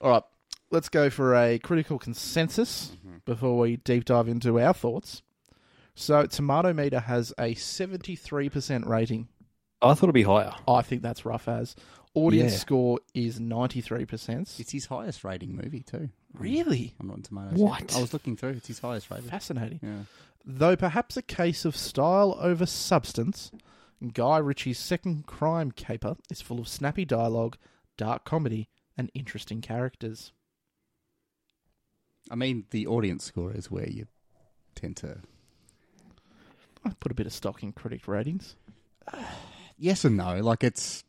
[SPEAKER 1] All right, let's go for a critical consensus before we deep dive into our thoughts. So, Tomato Meter has a 73% rating.
[SPEAKER 3] I thought it'd be higher.
[SPEAKER 1] I think that's rough as. Audience
[SPEAKER 3] Yeah.
[SPEAKER 1] score is 93%.
[SPEAKER 2] It's his highest rating movie too.
[SPEAKER 1] really
[SPEAKER 2] I'm not in tomatoes.
[SPEAKER 3] What?
[SPEAKER 2] yet. I was looking through. It's his highest rated.
[SPEAKER 1] fascinating.
[SPEAKER 2] Yeah.
[SPEAKER 1] Though perhaps a case of style over substance, Guy Ritchie's second crime caper is full of snappy dialogue, dark comedy, and interesting characters.
[SPEAKER 2] I mean, the audience score is where you tend to.
[SPEAKER 1] I put a bit of stock in critic ratings.
[SPEAKER 2] Yes and no. Like it's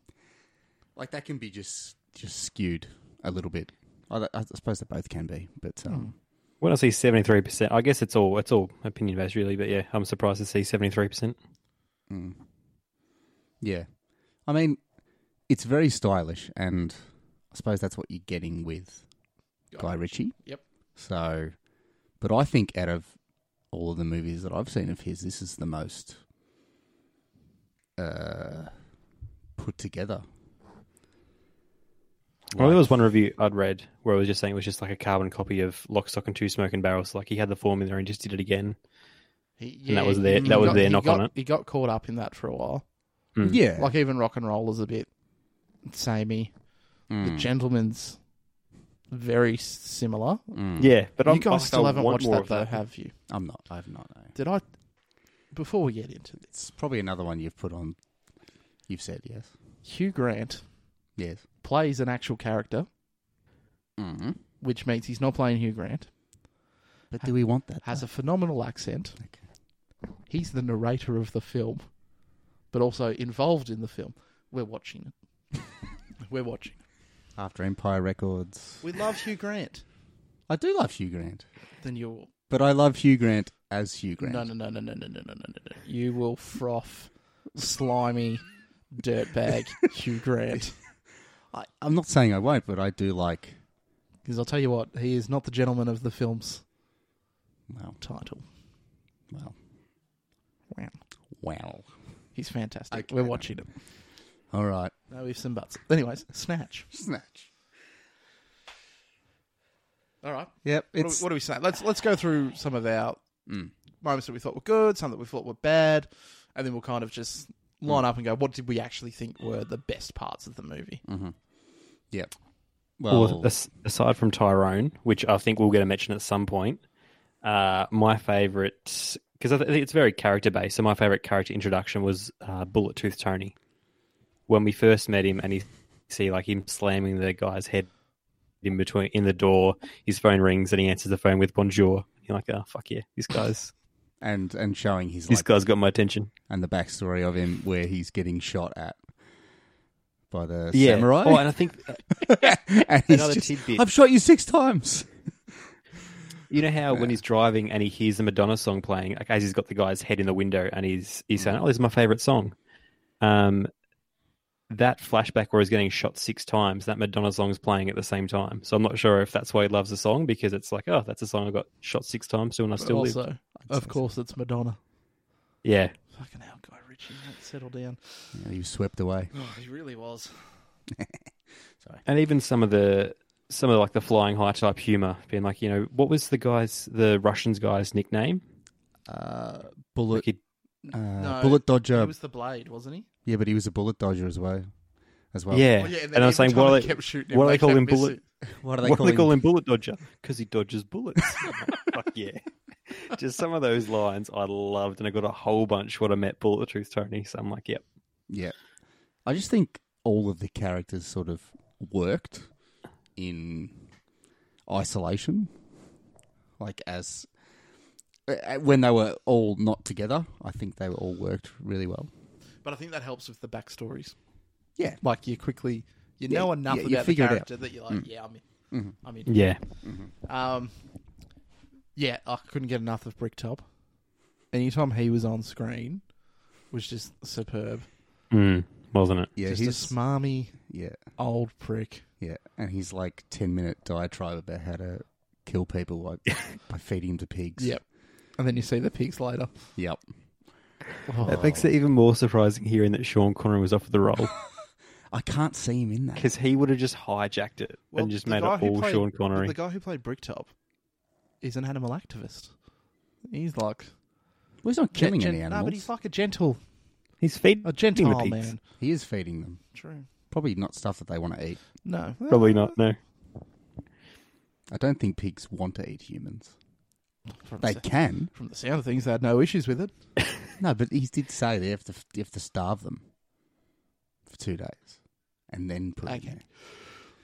[SPEAKER 2] like that can be just just skewed a little bit. I, I suppose they both can be, but um,
[SPEAKER 3] When I see seventy three percent, I guess it's all it's all opinion based really. But yeah, I'm surprised to see seventy three percent.
[SPEAKER 2] mm. yeah. I mean, it's very stylish, and I suppose that's what you're getting with Guy Ritchie.
[SPEAKER 1] Yep.
[SPEAKER 2] So, but I think out of all of the movies that I've seen of his, this is the most uh, put together.
[SPEAKER 3] Well, Oh, there was one review I'd read where it was just saying it was just like a carbon copy of Lock, Stock, and Two Smoking Barrels. Like he had the formula and just did it again.
[SPEAKER 1] He,
[SPEAKER 3] And that was
[SPEAKER 1] he-
[SPEAKER 3] their-
[SPEAKER 1] he
[SPEAKER 3] that was their
[SPEAKER 1] he
[SPEAKER 3] knock on
[SPEAKER 1] got-
[SPEAKER 3] it.
[SPEAKER 1] He got caught up in that for a while.
[SPEAKER 3] Mm.
[SPEAKER 2] Yeah.
[SPEAKER 1] Like even rock and roll is a bit samey. The
[SPEAKER 2] Mm,
[SPEAKER 1] gentleman's very s- similar.
[SPEAKER 2] mm.
[SPEAKER 3] Yeah, but
[SPEAKER 1] you
[SPEAKER 3] I'm,
[SPEAKER 1] guys
[SPEAKER 3] I
[SPEAKER 1] still haven't
[SPEAKER 3] want
[SPEAKER 1] watched
[SPEAKER 3] more
[SPEAKER 1] that
[SPEAKER 3] of
[SPEAKER 1] though, have you?
[SPEAKER 2] I'm not. I've not. No.
[SPEAKER 1] Did I? Before we get into this,
[SPEAKER 2] It's probably another one you've put on. You've said yes.
[SPEAKER 1] Hugh Grant
[SPEAKER 2] Yes.
[SPEAKER 1] plays an actual character,
[SPEAKER 2] Mm-hmm.
[SPEAKER 1] which means he's not playing Hugh Grant.
[SPEAKER 2] But do we want that?
[SPEAKER 1] Has a phenomenal accent. He's the narrator of the film, but also involved in the film. We're watching it. (laughs) We're watching. it.
[SPEAKER 2] After Empire Records.
[SPEAKER 1] We love Hugh Grant.
[SPEAKER 2] I do love Hugh Grant.
[SPEAKER 1] Then you'll
[SPEAKER 2] But I love Hugh Grant as Hugh Grant.
[SPEAKER 1] No, no, no, no, no, no, no, no, no, no. You will froth, slimy, (laughs) dirtbag Hugh Grant.
[SPEAKER 2] I, I'm not saying I won't, but I do like.
[SPEAKER 1] Because I'll tell you what, he is not the gentleman of the film's
[SPEAKER 2] Well,
[SPEAKER 1] title.
[SPEAKER 2] well,
[SPEAKER 1] Wow.
[SPEAKER 2] well.
[SPEAKER 1] He's fantastic.
[SPEAKER 2] Okay,
[SPEAKER 1] We're
[SPEAKER 2] no.
[SPEAKER 1] watching him.
[SPEAKER 2] All right.
[SPEAKER 1] No ifs and buts. Anyways, Snatch.
[SPEAKER 2] Snatch.
[SPEAKER 1] All right.
[SPEAKER 2] Yep.
[SPEAKER 1] What do,
[SPEAKER 2] It's
[SPEAKER 1] we, what do we say? Let's let's go through some of our
[SPEAKER 2] Mm.
[SPEAKER 1] moments that we thought were good, some that we thought were bad, and then we'll kind of just
[SPEAKER 2] Mm.
[SPEAKER 1] line up and go, what did we actually think were the best parts of the movie?
[SPEAKER 2] Yep.
[SPEAKER 3] Well,
[SPEAKER 2] Well,
[SPEAKER 3] as- aside from Tyrone, which I think we'll get a mention at some point, uh, my favourite, because I th- I think it's very character based, so my favourite character introduction was uh, Bullet Tooth Tony. When we first met him, and you see like him slamming the guy's head in between in the door, his phone rings, and he answers the phone with "Bonjour." You're like, "Oh fuck yeah, this guy's
[SPEAKER 2] and and showing his
[SPEAKER 3] this
[SPEAKER 2] like,
[SPEAKER 3] guy's got my attention."
[SPEAKER 2] and the backstory of him where he's getting shot at by the
[SPEAKER 3] Yeah,
[SPEAKER 2] samurai.
[SPEAKER 3] Oh, and I think
[SPEAKER 2] (laughs) and he's
[SPEAKER 3] Another
[SPEAKER 2] just,
[SPEAKER 3] tidbit.
[SPEAKER 2] I've shot you six times.
[SPEAKER 3] You know how when he's driving and he hears the Madonna song playing, like as he's got the guy's head in the window and he's he's
[SPEAKER 1] Mm.
[SPEAKER 3] saying, "Oh, this is my favorite song." Um, that flashback where he's getting shot six times, that Madonna song's playing at the same time. So I'm not sure if that's why he loves the song because it's like, oh, that's a song I got shot six times to and I
[SPEAKER 1] But
[SPEAKER 3] still live.
[SPEAKER 1] also,
[SPEAKER 2] say
[SPEAKER 1] of
[SPEAKER 2] so.
[SPEAKER 1] course, it's Madonna.
[SPEAKER 3] Yeah,
[SPEAKER 1] Fucking hell, Guy Ritchie, mate, settle down.
[SPEAKER 2] Yeah, he was swept away.
[SPEAKER 1] Oh, he really was.
[SPEAKER 3] and even some of the some of like the flying high type humor, being like, you know, what was the guy's the Russians guy's nickname?
[SPEAKER 2] Uh,
[SPEAKER 3] Like
[SPEAKER 2] bullet,
[SPEAKER 3] he,
[SPEAKER 2] uh,
[SPEAKER 1] No,
[SPEAKER 2] bullet
[SPEAKER 1] He
[SPEAKER 2] dodger.
[SPEAKER 1] was the blade, wasn't he?
[SPEAKER 2] Yeah, but he was a bullet dodger as well. As well.
[SPEAKER 3] yeah.
[SPEAKER 1] Oh, yeah,
[SPEAKER 3] and,
[SPEAKER 1] then
[SPEAKER 3] I was
[SPEAKER 1] every
[SPEAKER 3] saying,
[SPEAKER 1] time
[SPEAKER 3] what
[SPEAKER 1] they
[SPEAKER 3] do
[SPEAKER 1] kept
[SPEAKER 3] they,
[SPEAKER 1] shooting him,
[SPEAKER 3] what do
[SPEAKER 1] they
[SPEAKER 3] they call
[SPEAKER 1] kept
[SPEAKER 3] him? Bullet
[SPEAKER 1] missing.
[SPEAKER 2] What do they
[SPEAKER 3] what
[SPEAKER 2] call
[SPEAKER 3] do they
[SPEAKER 2] him?
[SPEAKER 3] call him bullet dodger because he dodges (laughs) bullets fuck yeah just some of those lines i loved and i got a whole bunch when i met bullet the truth tony so i'm like yep
[SPEAKER 2] Yeah. I just think all of the characters sort of worked in isolation. Like as uh, when they were all not together, I think they were all worked really well.
[SPEAKER 1] But I think that helps with the backstories.
[SPEAKER 2] Yeah.
[SPEAKER 1] Like you quickly, you
[SPEAKER 2] Yeah,
[SPEAKER 1] know enough
[SPEAKER 2] yeah, you
[SPEAKER 1] about the
[SPEAKER 2] figure it out.
[SPEAKER 1] character that you're like, yeah, I'm in. I'm in.
[SPEAKER 3] yeah
[SPEAKER 1] Um, yeah, I couldn't get enough of Bricktop. Anytime he was on screen was just superb.
[SPEAKER 3] mm, wasn't it
[SPEAKER 2] Yeah,
[SPEAKER 1] just
[SPEAKER 2] he's
[SPEAKER 1] a smarmy
[SPEAKER 2] yeah,
[SPEAKER 1] old prick.
[SPEAKER 2] yeah, and he's like ten minute diatribe about how to kill people like by feeding to pigs.
[SPEAKER 1] Yep. And then you see the pigs later.
[SPEAKER 2] yep.
[SPEAKER 3] that makes it even more surprising hearing that sean connery was up for the role
[SPEAKER 2] I can't see him in that.
[SPEAKER 3] because he would have just hijacked it
[SPEAKER 1] Well,
[SPEAKER 3] and just
[SPEAKER 1] the
[SPEAKER 3] made it
[SPEAKER 1] guy who
[SPEAKER 3] all
[SPEAKER 1] played-
[SPEAKER 3] sean
[SPEAKER 1] But
[SPEAKER 3] connery
[SPEAKER 1] the guy who played Bricktop is an animal activist. He's like
[SPEAKER 2] Well, he's not killing
[SPEAKER 1] gen-
[SPEAKER 2] any
[SPEAKER 1] No,
[SPEAKER 2] animals.
[SPEAKER 1] but he's like a gentle,
[SPEAKER 3] he's feeding
[SPEAKER 1] a
[SPEAKER 3] the
[SPEAKER 1] gentile
[SPEAKER 3] pigs.
[SPEAKER 1] man.
[SPEAKER 2] he is feeding them.
[SPEAKER 1] True.
[SPEAKER 2] Probably not stuff that they want to eat.
[SPEAKER 1] No,
[SPEAKER 3] probably not no
[SPEAKER 2] I don't think pigs want to eat humans.
[SPEAKER 1] From,
[SPEAKER 2] They
[SPEAKER 1] the,
[SPEAKER 2] can.
[SPEAKER 1] from the sound of things, they had no issues with it.
[SPEAKER 2] No, but he did say they have to you have to starve them for two days, and then put
[SPEAKER 1] Okay.
[SPEAKER 2] them there.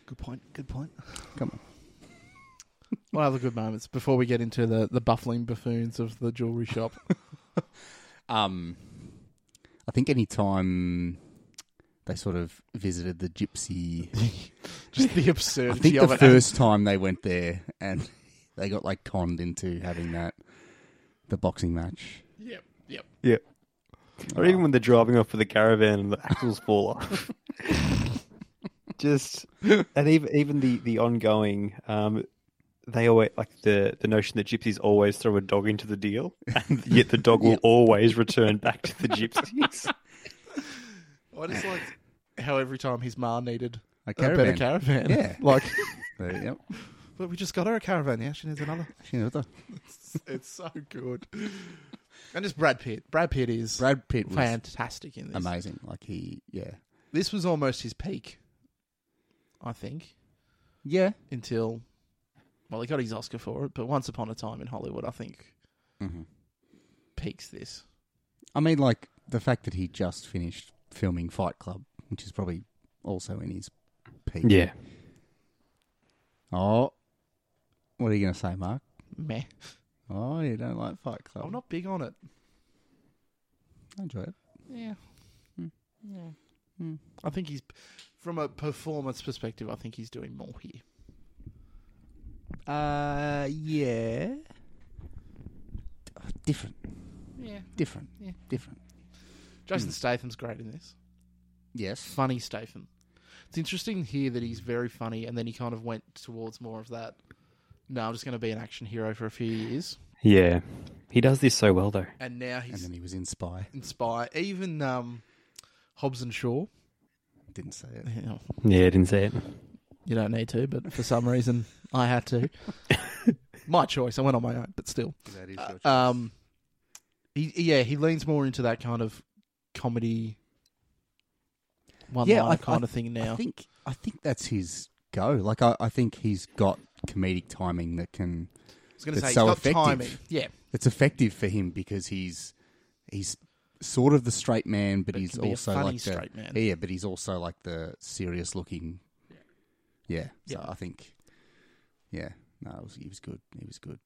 [SPEAKER 1] Good point. Good point.
[SPEAKER 2] Come
[SPEAKER 1] (laughs)
[SPEAKER 2] on,
[SPEAKER 1] One other good moments before we get into the, the buffling buffoons of the jewelry
[SPEAKER 2] (laughs)
[SPEAKER 1] shop.
[SPEAKER 2] um, I think any time they sort of visited the gypsy,
[SPEAKER 1] Just the
[SPEAKER 2] I
[SPEAKER 1] absurdity
[SPEAKER 2] think
[SPEAKER 1] of
[SPEAKER 2] the
[SPEAKER 1] it.
[SPEAKER 2] first time they went there and (laughs) they got like conned into having that the boxing match.
[SPEAKER 1] (laughs) Yep. Yep.
[SPEAKER 3] yeah or even when they're driving off with the caravan and the axles fall off just and even even the the ongoing um they always like the the notion that gypsies always throw a dog into the deal and yet the dog will
[SPEAKER 2] Yep.
[SPEAKER 3] always return back to the gypsies
[SPEAKER 1] I just like how every time his ma needed
[SPEAKER 2] A
[SPEAKER 1] a better
[SPEAKER 2] caravan.
[SPEAKER 1] caravan.
[SPEAKER 2] (laughs) Yeah.
[SPEAKER 1] (laughs) Like,
[SPEAKER 2] There you go.
[SPEAKER 1] but we just got her a caravan. Now she needs another.
[SPEAKER 2] You know, the-
[SPEAKER 1] It's, it's so good. And just Brad Pitt. Brad Pitt is
[SPEAKER 2] Brad Pitt was
[SPEAKER 1] fantastic in this.
[SPEAKER 2] amazing. Like he, yeah,
[SPEAKER 1] This was almost his peak, I think,
[SPEAKER 2] yeah.
[SPEAKER 1] until. Well, he got his Oscar for it, but Once Upon a Time in Hollywood, I think,
[SPEAKER 2] hmm
[SPEAKER 1] peaks this.
[SPEAKER 2] I mean, like the fact that he just finished filming Fight Club, which is probably also in his peak.
[SPEAKER 3] yeah
[SPEAKER 2] Oh, what are you going to say, Mark?
[SPEAKER 1] Meh.
[SPEAKER 2] Oh, you don't like Fight Club?
[SPEAKER 1] I'm not big on it.
[SPEAKER 2] I enjoy it.
[SPEAKER 1] Yeah.
[SPEAKER 2] Hmm.
[SPEAKER 1] Yeah.
[SPEAKER 2] Hmm.
[SPEAKER 1] I think he's, from a performance perspective, I think he's doing more here.
[SPEAKER 2] Uh, yeah. Different,
[SPEAKER 1] Yeah.
[SPEAKER 2] different,
[SPEAKER 1] Yeah.
[SPEAKER 2] different. Hmm.
[SPEAKER 1] Jason Statham's great in this.
[SPEAKER 2] Yes.
[SPEAKER 1] Funny Statham. It's interesting here that he's very funny, and then he kind of went towards more of that. No, I'm just going to be an action hero for a few years,
[SPEAKER 3] yeah he does this so well though
[SPEAKER 1] and now
[SPEAKER 2] And
[SPEAKER 1] he's
[SPEAKER 2] then he was in Spy.
[SPEAKER 1] inspired. Even um, Hobbs and Shaw.
[SPEAKER 2] Didn't say (laughs) it.
[SPEAKER 1] You, know,
[SPEAKER 3] yeah I didn't say it
[SPEAKER 1] you don't need to, but for some reason I had (laughs) to. my choice. I went on my own, but still.
[SPEAKER 2] That is
[SPEAKER 1] Um, he yeah, he leans more into that kind of comedy, one
[SPEAKER 2] Yeah,
[SPEAKER 1] liner
[SPEAKER 2] I-
[SPEAKER 1] kind of thing now.
[SPEAKER 2] I think I think that's his go. Like I, I think he's got comedic timing that can
[SPEAKER 1] I was going to
[SPEAKER 2] it's
[SPEAKER 1] say
[SPEAKER 2] so
[SPEAKER 1] he's got
[SPEAKER 2] effective.
[SPEAKER 1] timing. Yeah,
[SPEAKER 2] that's effective for him because he's he's sort of the straight man, but,
[SPEAKER 1] But
[SPEAKER 2] he's
[SPEAKER 1] can be a
[SPEAKER 2] also
[SPEAKER 1] funny
[SPEAKER 2] like the,
[SPEAKER 1] straight man.
[SPEAKER 2] Yeah, but he's also like the serious looking. Yeah. So
[SPEAKER 1] Yeah.
[SPEAKER 2] I think, yeah, no, it was, he was good. He was good.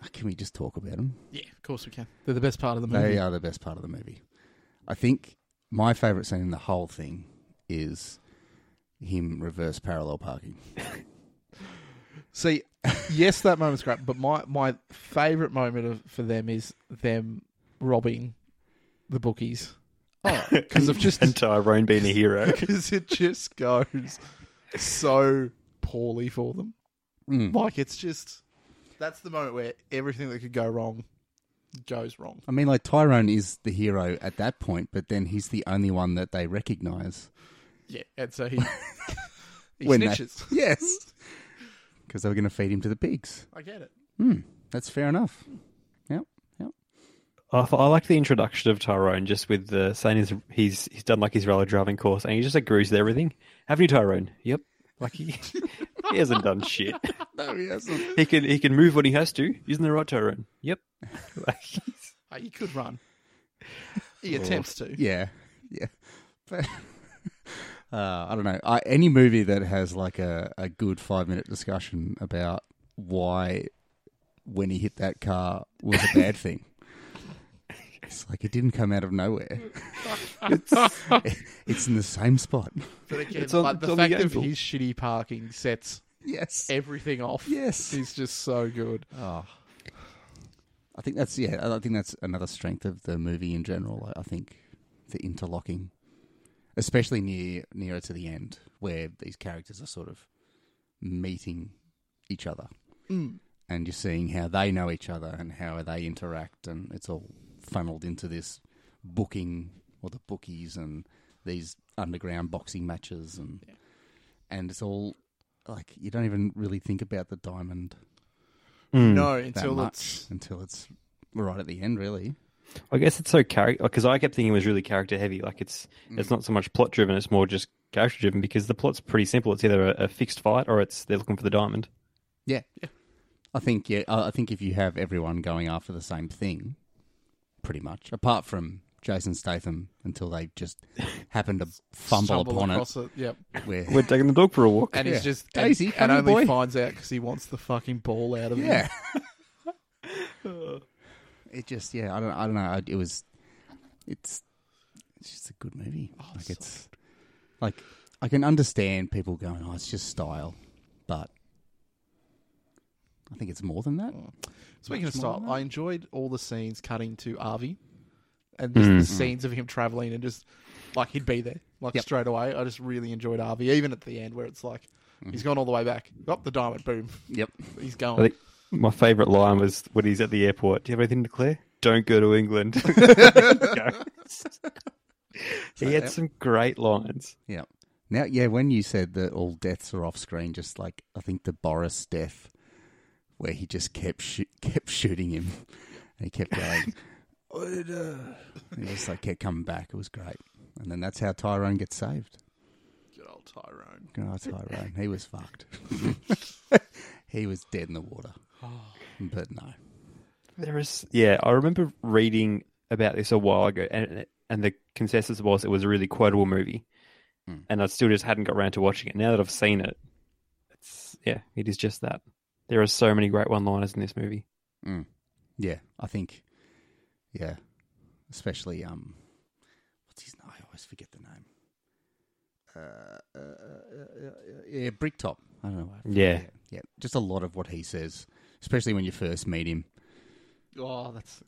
[SPEAKER 2] Ah, Can we just talk about him?
[SPEAKER 1] yeah. Of course we can. They're the best part of the movie.
[SPEAKER 2] They are the best part of the movie. I think my favourite scene in the whole thing is him reverse parallel parking.
[SPEAKER 1] See, (laughs) yes, that moment's great, but my my favorite moment of, for them is them robbing the bookies. Oh, (laughs) because of just
[SPEAKER 3] and Tyrone being a hero
[SPEAKER 1] because it just goes so poorly for them. Like it's just that's the moment where everything that could go wrong goes wrong.
[SPEAKER 2] I mean, like Tyrone is the hero at that point, but then he's the only one that they recognise.
[SPEAKER 1] Yeah, and so (laughs) he he
[SPEAKER 2] When they-
[SPEAKER 1] snitches.
[SPEAKER 2] (laughs) Yes. Because they were going to feed him to the pigs.
[SPEAKER 1] I get it.
[SPEAKER 2] Hmm. That's fair enough.
[SPEAKER 3] I, th- I liked the introduction of Tyrone just with the saying he's, he's he's done like his rally driving course and he just agrees with everything. Haven't you, Tyrone? Yep. Like
[SPEAKER 2] (laughs)
[SPEAKER 3] he, he hasn't done shit.
[SPEAKER 2] No, he hasn't.
[SPEAKER 3] He can he can move when he has to. Isn't that right, Tyrone? Yep. Like he's-
[SPEAKER 1] Oh, he could run. He attempts to.
[SPEAKER 2] Yeah. Yeah. But (laughs) uh, I don't know. I, any movie that has like a, a good five minute discussion about why when he hit that car was a bad (laughs) thing. It's like it didn't come out of nowhere. (laughs) It's, (laughs) it's in the same spot.
[SPEAKER 1] But again,
[SPEAKER 3] It's on-
[SPEAKER 1] like
[SPEAKER 3] it's
[SPEAKER 1] the
[SPEAKER 3] on the
[SPEAKER 1] fact of
[SPEAKER 3] angle.
[SPEAKER 1] his shitty parking sets
[SPEAKER 2] Yes.
[SPEAKER 1] everything off.
[SPEAKER 2] Yes.
[SPEAKER 1] He's just so good.
[SPEAKER 2] Oh. I think that's yeah. I think that's another strength of the movie in general. I think the interlocking, especially near nearer to the end, where these characters are sort of meeting each other,
[SPEAKER 1] Mm.
[SPEAKER 2] and you're seeing how they know each other and how they interact, and it's all funneled into this booking or the bookies and these underground boxing matches, and
[SPEAKER 1] Yeah.
[SPEAKER 2] and it's all like you don't even really think about the diamond
[SPEAKER 3] Hmm.
[SPEAKER 1] No,
[SPEAKER 2] Mm. that
[SPEAKER 1] until
[SPEAKER 2] much
[SPEAKER 1] it's
[SPEAKER 2] until it's right at the end, really.
[SPEAKER 3] I guess it's so character because I kept thinking it was really character heavy. Like it's it's not so much plot driven. It's more just character driven because the plot's pretty simple. It's either a, a fixed fight or it's they're looking for the diamond.
[SPEAKER 2] Yeah, I think yeah, I I think if you have everyone going after the same thing, pretty much, apart from Jason Statham, until they
[SPEAKER 1] (laughs)
[SPEAKER 2] just happen to fumble
[SPEAKER 1] stumble
[SPEAKER 2] upon
[SPEAKER 1] across it. Yep.
[SPEAKER 2] it, where
[SPEAKER 3] We're taking the dog for a walk.
[SPEAKER 1] And
[SPEAKER 2] Yeah.
[SPEAKER 1] he's just
[SPEAKER 2] Daisy,
[SPEAKER 1] and, and
[SPEAKER 2] funny
[SPEAKER 1] only
[SPEAKER 2] boy.
[SPEAKER 1] finds out because he wants the fucking ball out of him. (laughs)
[SPEAKER 2] yeah, it just yeah, I don't, I don't know. I- It was, it's, it's just a good movie. like
[SPEAKER 1] Oh, so
[SPEAKER 2] it's, like I can understand people going, oh, it's just style, but I think it's more than that.
[SPEAKER 1] Speaking of
[SPEAKER 2] Much more
[SPEAKER 1] style,
[SPEAKER 2] than that.
[SPEAKER 1] I enjoyed all the scenes cutting to Arvi and just the scenes of him traveling and just like he'd be there. like
[SPEAKER 2] Mm-hmm. Yep.
[SPEAKER 1] straight away. I just really enjoyed RV, even at the end where it's like he's gone all the way back. Up the diamond, boom,
[SPEAKER 2] Mm-hmm. Yep.
[SPEAKER 1] he's
[SPEAKER 3] I
[SPEAKER 1] going.
[SPEAKER 3] think (laughs) my favourite line was when he's at the airport. Do you have anything to declare? Don't go to (laughs) England. he had some great lines.
[SPEAKER 2] Yep. Now, yeah, when you said that all deaths are off screen, just like I think the Boris death, where he just kept shoo- kept shooting him, and he kept going. "Order." he just like kept coming back. It was great, and then that's how Tyrone gets saved.
[SPEAKER 1] Good old Tyrone.
[SPEAKER 2] (sighs)
[SPEAKER 1] (sighs)
[SPEAKER 2] Oh, Tyrone, he was fucked. (laughs) he was dead in the water. But no,
[SPEAKER 3] There is, yeah, I remember reading about this a while ago, and and the consensus was it was a really quotable movie,
[SPEAKER 2] Hmm.
[SPEAKER 3] and I still just hadn't got around to watching it. Now that I've seen it, it's yeah, it is just that. There are so many great one-liners in this movie.
[SPEAKER 2] yeah, I think, yeah, especially um, what's his? I always forget the name. Uh, uh, uh, uh, yeah, Bricktop. I don't know. why I forget
[SPEAKER 3] Yeah.
[SPEAKER 2] it. yeah, just a lot of what he says, especially when you first meet him.
[SPEAKER 1] Oh,
[SPEAKER 3] (laughs)
[SPEAKER 1] that's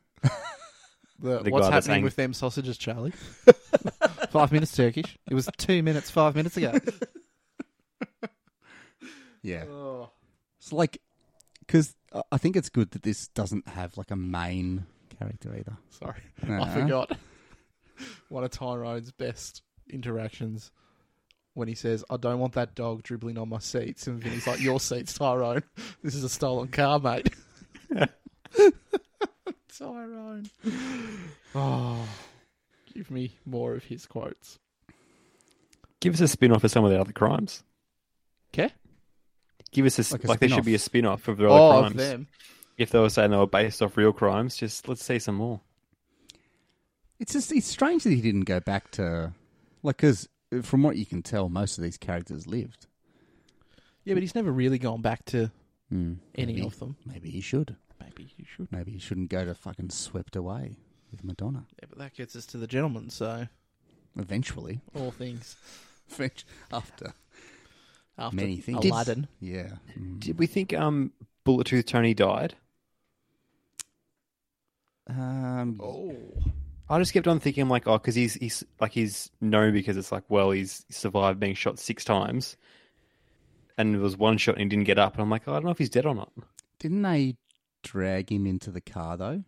[SPEAKER 1] the,
[SPEAKER 3] The
[SPEAKER 1] what's
[SPEAKER 3] guy that's
[SPEAKER 1] happening
[SPEAKER 3] ang-
[SPEAKER 1] with them sausages,
[SPEAKER 3] (laughs)
[SPEAKER 1] Charlie. five minutes Turkish. It was two minutes five minutes ago.
[SPEAKER 2] Yeah,
[SPEAKER 1] oh.
[SPEAKER 2] it's like because I think it's good that this doesn't have like a main character either.
[SPEAKER 1] Sorry,
[SPEAKER 2] Uh-huh.
[SPEAKER 1] (laughs) I forgot one of Tyrone's best interactions when he says, "I don't want that dog dribbling on my seats," and Vinny's like, "Your seats, Tyrone. This is a stolen car, mate." (laughs) Tyrone. Oh, give me more of his quotes.
[SPEAKER 3] Give us a spin-off of some of the other crimes.
[SPEAKER 1] Okay.
[SPEAKER 3] Give us a, s-
[SPEAKER 2] Like
[SPEAKER 3] like,
[SPEAKER 2] a
[SPEAKER 3] there should
[SPEAKER 2] spin-off.
[SPEAKER 3] be a spin-off of the other
[SPEAKER 1] Oh, of
[SPEAKER 3] crimes.
[SPEAKER 1] them.
[SPEAKER 3] If they were saying they were based off real crimes, just let's see some more.
[SPEAKER 2] It's just it's strange that he didn't go back to like because from what you can tell, most of these characters lived.
[SPEAKER 1] Yeah, but he's never really gone back to
[SPEAKER 2] Hmm.
[SPEAKER 1] any
[SPEAKER 2] maybe,
[SPEAKER 1] of them.
[SPEAKER 2] Maybe he should.
[SPEAKER 1] Maybe you should.
[SPEAKER 2] Maybe you shouldn't go to fucking swept away with Madonna.
[SPEAKER 1] Yeah, but that gets us to the gentleman. So
[SPEAKER 2] Eventually,
[SPEAKER 1] all (laughs) things
[SPEAKER 2] after
[SPEAKER 1] after
[SPEAKER 2] many things,
[SPEAKER 1] Aladdin.
[SPEAKER 2] Yeah, Mm.
[SPEAKER 3] Did we think um, Bullet Tooth Tony died?
[SPEAKER 2] um,
[SPEAKER 1] (laughs) Oh.
[SPEAKER 3] I just kept on thinking, like, oh, because he's he's like he's known because it's like, well, he's survived being shot six times, and it was one shot and he didn't get up, and I'm like, oh, I don't know if he's dead or not.
[SPEAKER 2] didn't they drag him into the car though?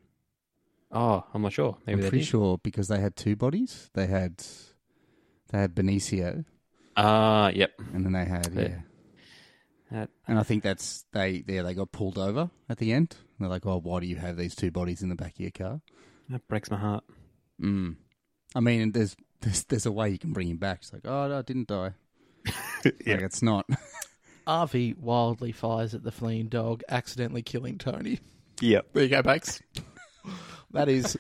[SPEAKER 3] Oh, I'm not sure. Maybe
[SPEAKER 2] I'm
[SPEAKER 3] they
[SPEAKER 2] pretty
[SPEAKER 3] did.
[SPEAKER 2] sure because they had two bodies. They had they had Benicio,
[SPEAKER 3] Ah, yep.
[SPEAKER 2] and then they had
[SPEAKER 3] Yeah.
[SPEAKER 2] yeah.
[SPEAKER 3] That-
[SPEAKER 2] And I think that's they yeah they got pulled over at the end. And they're like, oh, why do you have these two bodies in the back of your car?
[SPEAKER 3] that breaks my (laughs) heart.
[SPEAKER 2] Mm. I mean, and there's there's there's a way you can bring him back. It's like, oh no, I didn't die. Like it's not.
[SPEAKER 1] RV wildly fires at the fleeing dog, accidentally killing Tony.
[SPEAKER 3] Yep.
[SPEAKER 1] (laughs) There you go, Bax. (laughs) that is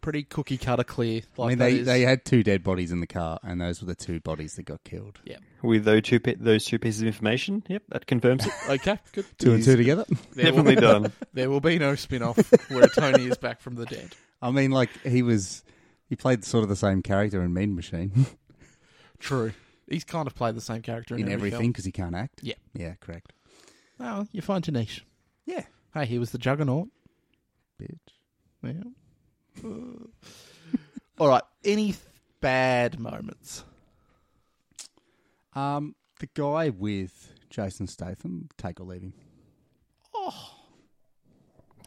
[SPEAKER 1] pretty cookie cutter clear. Like
[SPEAKER 2] I mean,
[SPEAKER 1] that
[SPEAKER 2] they,
[SPEAKER 1] is- (laughs)
[SPEAKER 2] they had two dead bodies in the car, and those were the two bodies that got killed.
[SPEAKER 3] With those two pi- those two pieces of information, yep, that confirms (laughs) it.
[SPEAKER 1] okay, (laughs) good.
[SPEAKER 2] Two and
[SPEAKER 1] Is-
[SPEAKER 2] two together.
[SPEAKER 1] There will,
[SPEAKER 3] Definitely done.
[SPEAKER 1] there will be no spin off where Tony is back from the dead.
[SPEAKER 2] I mean, like he was, he played sort of the same character in Mean Machine
[SPEAKER 1] True. He's kind of played the same character in,
[SPEAKER 2] (laughs) in
[SPEAKER 1] every
[SPEAKER 2] everything because he can't act.
[SPEAKER 1] Yeah.
[SPEAKER 2] yeah, correct.
[SPEAKER 1] Film. Oh, you find Tanish.
[SPEAKER 2] Yeah.
[SPEAKER 1] Hey, he was the juggernaut.
[SPEAKER 2] Bitch.
[SPEAKER 1] Yeah. (laughs) Uh, All right. Any th- bad moments?
[SPEAKER 2] Um, the guy with Jason Statham, take or leave him.
[SPEAKER 3] (laughs)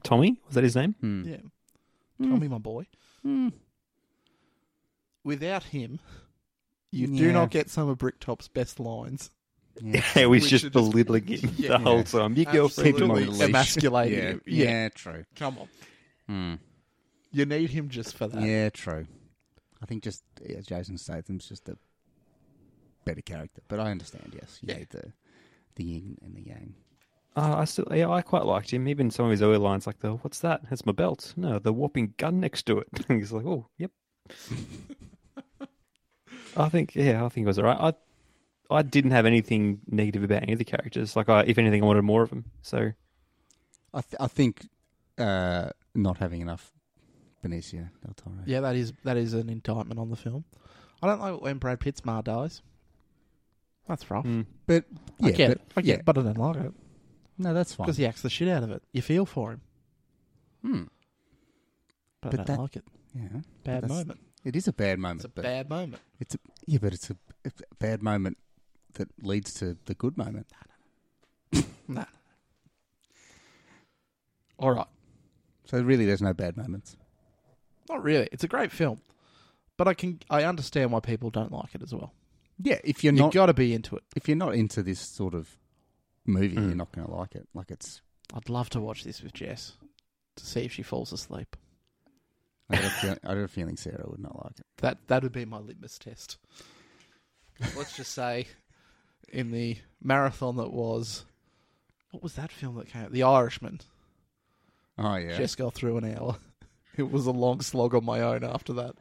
[SPEAKER 3] Tommy was that his (laughs) name?
[SPEAKER 2] Hmm.
[SPEAKER 1] Yeah. Tommy, my boy. Without him, you do
[SPEAKER 2] Yeah.
[SPEAKER 1] not get some of Bricktop's best lines.
[SPEAKER 2] Yeah,
[SPEAKER 3] It was
[SPEAKER 1] We should
[SPEAKER 3] just
[SPEAKER 1] just-
[SPEAKER 3] belittling him
[SPEAKER 1] (laughs) Yeah.
[SPEAKER 3] the whole time. You go
[SPEAKER 1] Absolutely.
[SPEAKER 3] keep him on the
[SPEAKER 1] Keep him
[SPEAKER 3] leash.
[SPEAKER 1] emasculated
[SPEAKER 2] Yeah.
[SPEAKER 1] him. Yeah.
[SPEAKER 2] yeah, true. Hmm.
[SPEAKER 1] Come on. You need him just for that.
[SPEAKER 2] Yeah, true. I think just yeah, Jason Statham's just a better character, but I understand. Yes, you
[SPEAKER 1] Yeah.
[SPEAKER 2] need the the yin and the yang.
[SPEAKER 3] Uh, I still, yeah, I quite liked him. Even some of his early lines, like the "What's that? That's my belt." No, the whopping gun next to it. (laughs) He's like, "Oh, yep." I think, yeah, I think it was alright. I, I didn't have anything negative about any of the characters. Like, I, if anything, I wanted more of them. So,
[SPEAKER 2] I th- I think uh, not having enough Benicio del Toro.
[SPEAKER 1] Yeah, that is that is an indictment on the film. I don't like when Brad Pitt's ma dies. That's rough.
[SPEAKER 3] mm,
[SPEAKER 2] but Hmm. yeah,
[SPEAKER 1] I get
[SPEAKER 2] but,
[SPEAKER 1] it. I get
[SPEAKER 2] yeah.
[SPEAKER 1] it, but I don't like it
[SPEAKER 2] no, that's fine.
[SPEAKER 1] because he acts the shit out of it. You feel for him,
[SPEAKER 2] Hmm.
[SPEAKER 1] but,
[SPEAKER 2] But
[SPEAKER 1] I don't
[SPEAKER 2] that-
[SPEAKER 1] like it.
[SPEAKER 2] Yeah,
[SPEAKER 1] Bad
[SPEAKER 2] that's-
[SPEAKER 1] moment.
[SPEAKER 2] it is a bad moment.
[SPEAKER 1] It's a
[SPEAKER 2] but
[SPEAKER 1] bad moment.
[SPEAKER 2] It's a, Yeah, but it's a, it's a bad moment that leads to the good moment.
[SPEAKER 1] Nah. All right.
[SPEAKER 2] So really, there's no bad moments.
[SPEAKER 1] Not really. It's a great film, but I can I understand why people don't like it as well.
[SPEAKER 2] Yeah, if you're
[SPEAKER 1] You
[SPEAKER 2] not
[SPEAKER 1] got to be into it.
[SPEAKER 2] if you're not into this sort of movie,
[SPEAKER 1] Mm.
[SPEAKER 2] you're not going to like it. Like it's
[SPEAKER 1] I'd love to watch this with Jess to see if she falls asleep.
[SPEAKER 2] I got a, feel, I got a feeling Sarah would not like it.
[SPEAKER 1] That that would be my litmus test. 'Cause Let's just say, in the marathon that was, what was that film that came out? The Irishman.
[SPEAKER 2] Oh yeah,
[SPEAKER 1] Jess got through an hour. (laughs) It was a long slog on my own after that.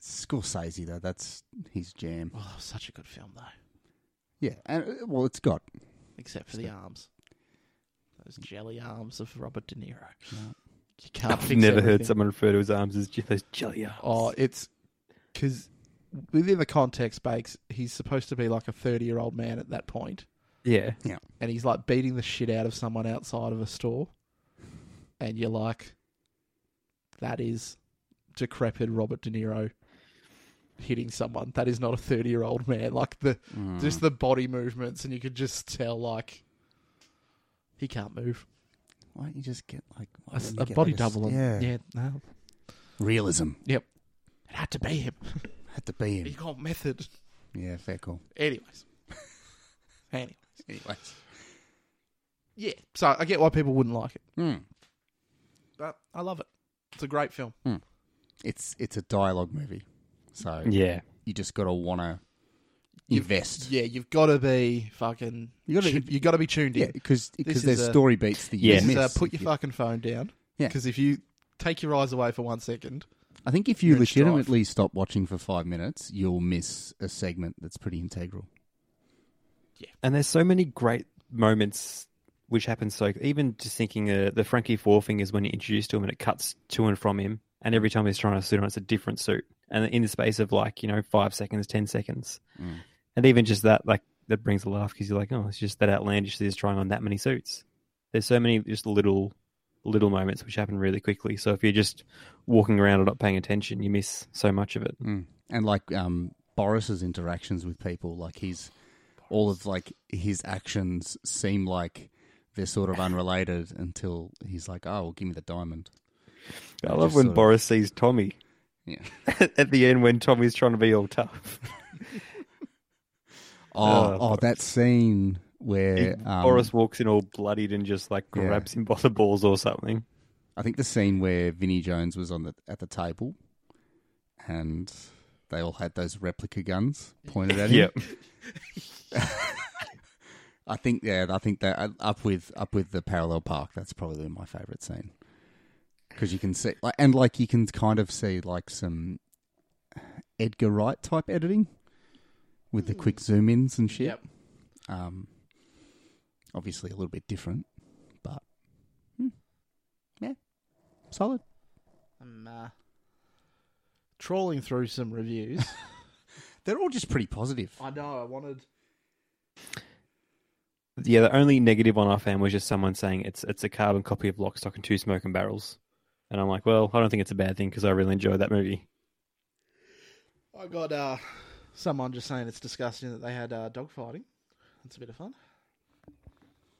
[SPEAKER 2] Scorsese though. That's his jam.
[SPEAKER 1] Well, Oh, that was such a good film though,
[SPEAKER 2] Yeah, and uh, well, it's got
[SPEAKER 1] except for the arms. Those jelly arms of Robert De Niro.
[SPEAKER 2] No.
[SPEAKER 1] You can't
[SPEAKER 3] I've
[SPEAKER 1] fix
[SPEAKER 3] never
[SPEAKER 1] everything.
[SPEAKER 3] heard someone refer to his arms as j- those jelly arms.
[SPEAKER 1] Oh, it's because within the context, Bakes, he's supposed to be like a 30 year old man at that point,
[SPEAKER 3] yeah.
[SPEAKER 1] and he's like beating the shit out of someone outside of a store. And you're like, that is decrepit Robert De Niro hitting someone. That is not a 30 year old man. Like, the
[SPEAKER 2] Mm.
[SPEAKER 1] just the body movements, and you could just tell, like, he can't move.
[SPEAKER 2] Why don't you just get like why
[SPEAKER 1] A,
[SPEAKER 2] don't you
[SPEAKER 1] a
[SPEAKER 2] get,
[SPEAKER 1] body
[SPEAKER 2] like, s-
[SPEAKER 1] double. on-
[SPEAKER 2] Yeah.
[SPEAKER 1] Yeah. No.
[SPEAKER 2] realism
[SPEAKER 1] Yep. It had to be him. (laughs)
[SPEAKER 2] had to be
[SPEAKER 1] He
[SPEAKER 2] him.
[SPEAKER 1] got method.
[SPEAKER 2] Yeah, fair call.
[SPEAKER 1] Anyways. (laughs) anyway.
[SPEAKER 2] Anyways,
[SPEAKER 1] Yeah. So I get why people wouldn't like it,
[SPEAKER 2] Mm.
[SPEAKER 1] but I love it. It's a great film.
[SPEAKER 2] it's it's a dialogue movie, so
[SPEAKER 3] Yeah.
[SPEAKER 2] you just got to want to
[SPEAKER 1] You've-
[SPEAKER 2] invest.
[SPEAKER 1] Yeah, you've got to be fucking.
[SPEAKER 2] You gotta-
[SPEAKER 1] tu- you got to be tuned
[SPEAKER 2] Yeah,
[SPEAKER 1] in.
[SPEAKER 2] because
[SPEAKER 1] is
[SPEAKER 2] there's
[SPEAKER 1] a-
[SPEAKER 2] story beats that you
[SPEAKER 3] Yeah.
[SPEAKER 1] This is,
[SPEAKER 2] miss.
[SPEAKER 1] uh, put
[SPEAKER 2] if
[SPEAKER 1] your
[SPEAKER 2] you-
[SPEAKER 1] fucking phone down.
[SPEAKER 2] Yeah.
[SPEAKER 1] Because if you take your eyes away for one second,
[SPEAKER 2] I think if you
[SPEAKER 1] You're in strife.
[SPEAKER 2] legitimately stop watching for five minutes, you'll miss a segment that's pretty integral.
[SPEAKER 3] And there's so many great moments which happen so even just thinking uh, the Frankie Four thing is when you introduce to him and it cuts to and from him, and every time he's trying a suit on, it's a different suit, and in the space of like you know five seconds, ten seconds,
[SPEAKER 2] Mm.
[SPEAKER 3] and even just that like that brings a laugh because you're like, oh, it's just that outlandish that he's trying on that many suits. There's so many just little little moments which happen really quickly. So if you're just walking around or not paying attention, you miss so much of it.
[SPEAKER 2] And like um, Boris's interactions with people, like his all of like his actions seem like they're sort of unrelated until he's like, "Oh, well, give me the diamond."
[SPEAKER 3] I
[SPEAKER 2] It just
[SPEAKER 3] love when
[SPEAKER 2] sort of-
[SPEAKER 3] Boris sees Tommy
[SPEAKER 2] Yeah.
[SPEAKER 3] (laughs) at the end when Tommy's trying to be all tough.
[SPEAKER 2] Oh,
[SPEAKER 3] Oh,
[SPEAKER 2] oh, that scene where
[SPEAKER 3] He-
[SPEAKER 2] um,
[SPEAKER 3] Boris walks in all bloodied and just like
[SPEAKER 2] Yeah.
[SPEAKER 3] grabs him by the balls
[SPEAKER 2] (laughs)
[SPEAKER 3] or something.
[SPEAKER 2] I think the scene where Vinnie Jones was on the at the table, and they all had those replica guns pointed at him.
[SPEAKER 3] Yep.
[SPEAKER 2] I think yeah, I think that uh, up with up with the parallel park. That's probably my favorite scene because you can see like, and like you can kind of see like some Edgar Wright type editing with the quick zoom ins and shit.
[SPEAKER 1] Yep.
[SPEAKER 2] Um, obviously a little bit different, but hmm, yeah, solid.
[SPEAKER 1] I'm uh, trawling through some reviews.
[SPEAKER 2] They're all just pretty positive.
[SPEAKER 1] (laughs) I know. I wanted.
[SPEAKER 3] yeah, the only negative one I found was just someone saying it's it's a carbon copy of Lock, Stock and Two Smoking Barrels. And I'm like, well, I don't think it's a bad thing because I really enjoyed that movie.
[SPEAKER 1] I got uh, someone just saying it's disgusting that they had uh, dog fighting. That's a bit of fun.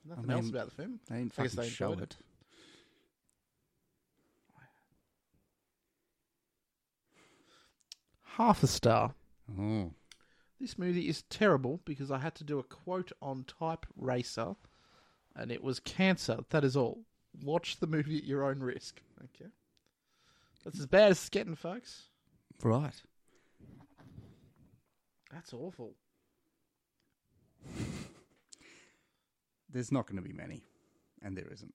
[SPEAKER 1] Nothing
[SPEAKER 2] mean-
[SPEAKER 1] else about the film.
[SPEAKER 2] They didn't
[SPEAKER 1] I guess
[SPEAKER 2] fucking
[SPEAKER 1] they
[SPEAKER 2] show it.
[SPEAKER 1] enjoyed Half a star.
[SPEAKER 2] Oh,
[SPEAKER 1] This movie is terrible because I had to do a quote on Type Racer and it was cancer. That is all. Watch the movie at your own risk. Okay. That's as bad as it's getting, folks.
[SPEAKER 2] right.
[SPEAKER 1] That's awful.
[SPEAKER 2] There's not going to be many, and there isn't.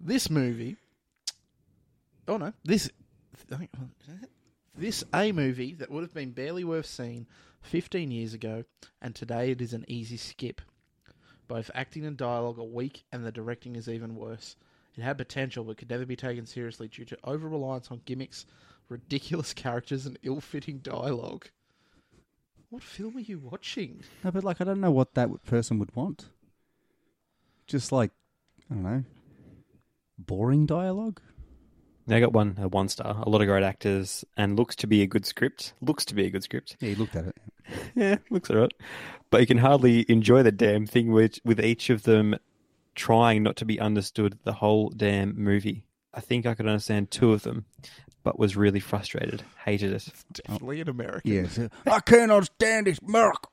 [SPEAKER 1] This movie. Oh no. This. hang on. This A movie that would have been barely worth seeing 15 years ago, and today it is an easy skip. Both acting and dialogue are weak, and the directing is even worse. It had potential, but could never be taken seriously due to over reliance on gimmicks, ridiculous (laughs) characters, and ill fitting dialogue. What film are you watching?
[SPEAKER 2] No, but like I don't know what that would- person would want. Just like I don't know, boring dialogue.
[SPEAKER 3] They got one a one star, a lot of great actors, and looks to be a good script. Looks to be a good script.
[SPEAKER 2] Yeah, you looked at it.
[SPEAKER 3] Yeah, (laughs) looks alright. But you can hardly enjoy the damn thing with with each of them trying not to be understood the whole damn movie. I think I could understand two of them, but was really frustrated. Hated it.
[SPEAKER 1] Definitely an American.
[SPEAKER 2] Yes. I cannot stand this murk.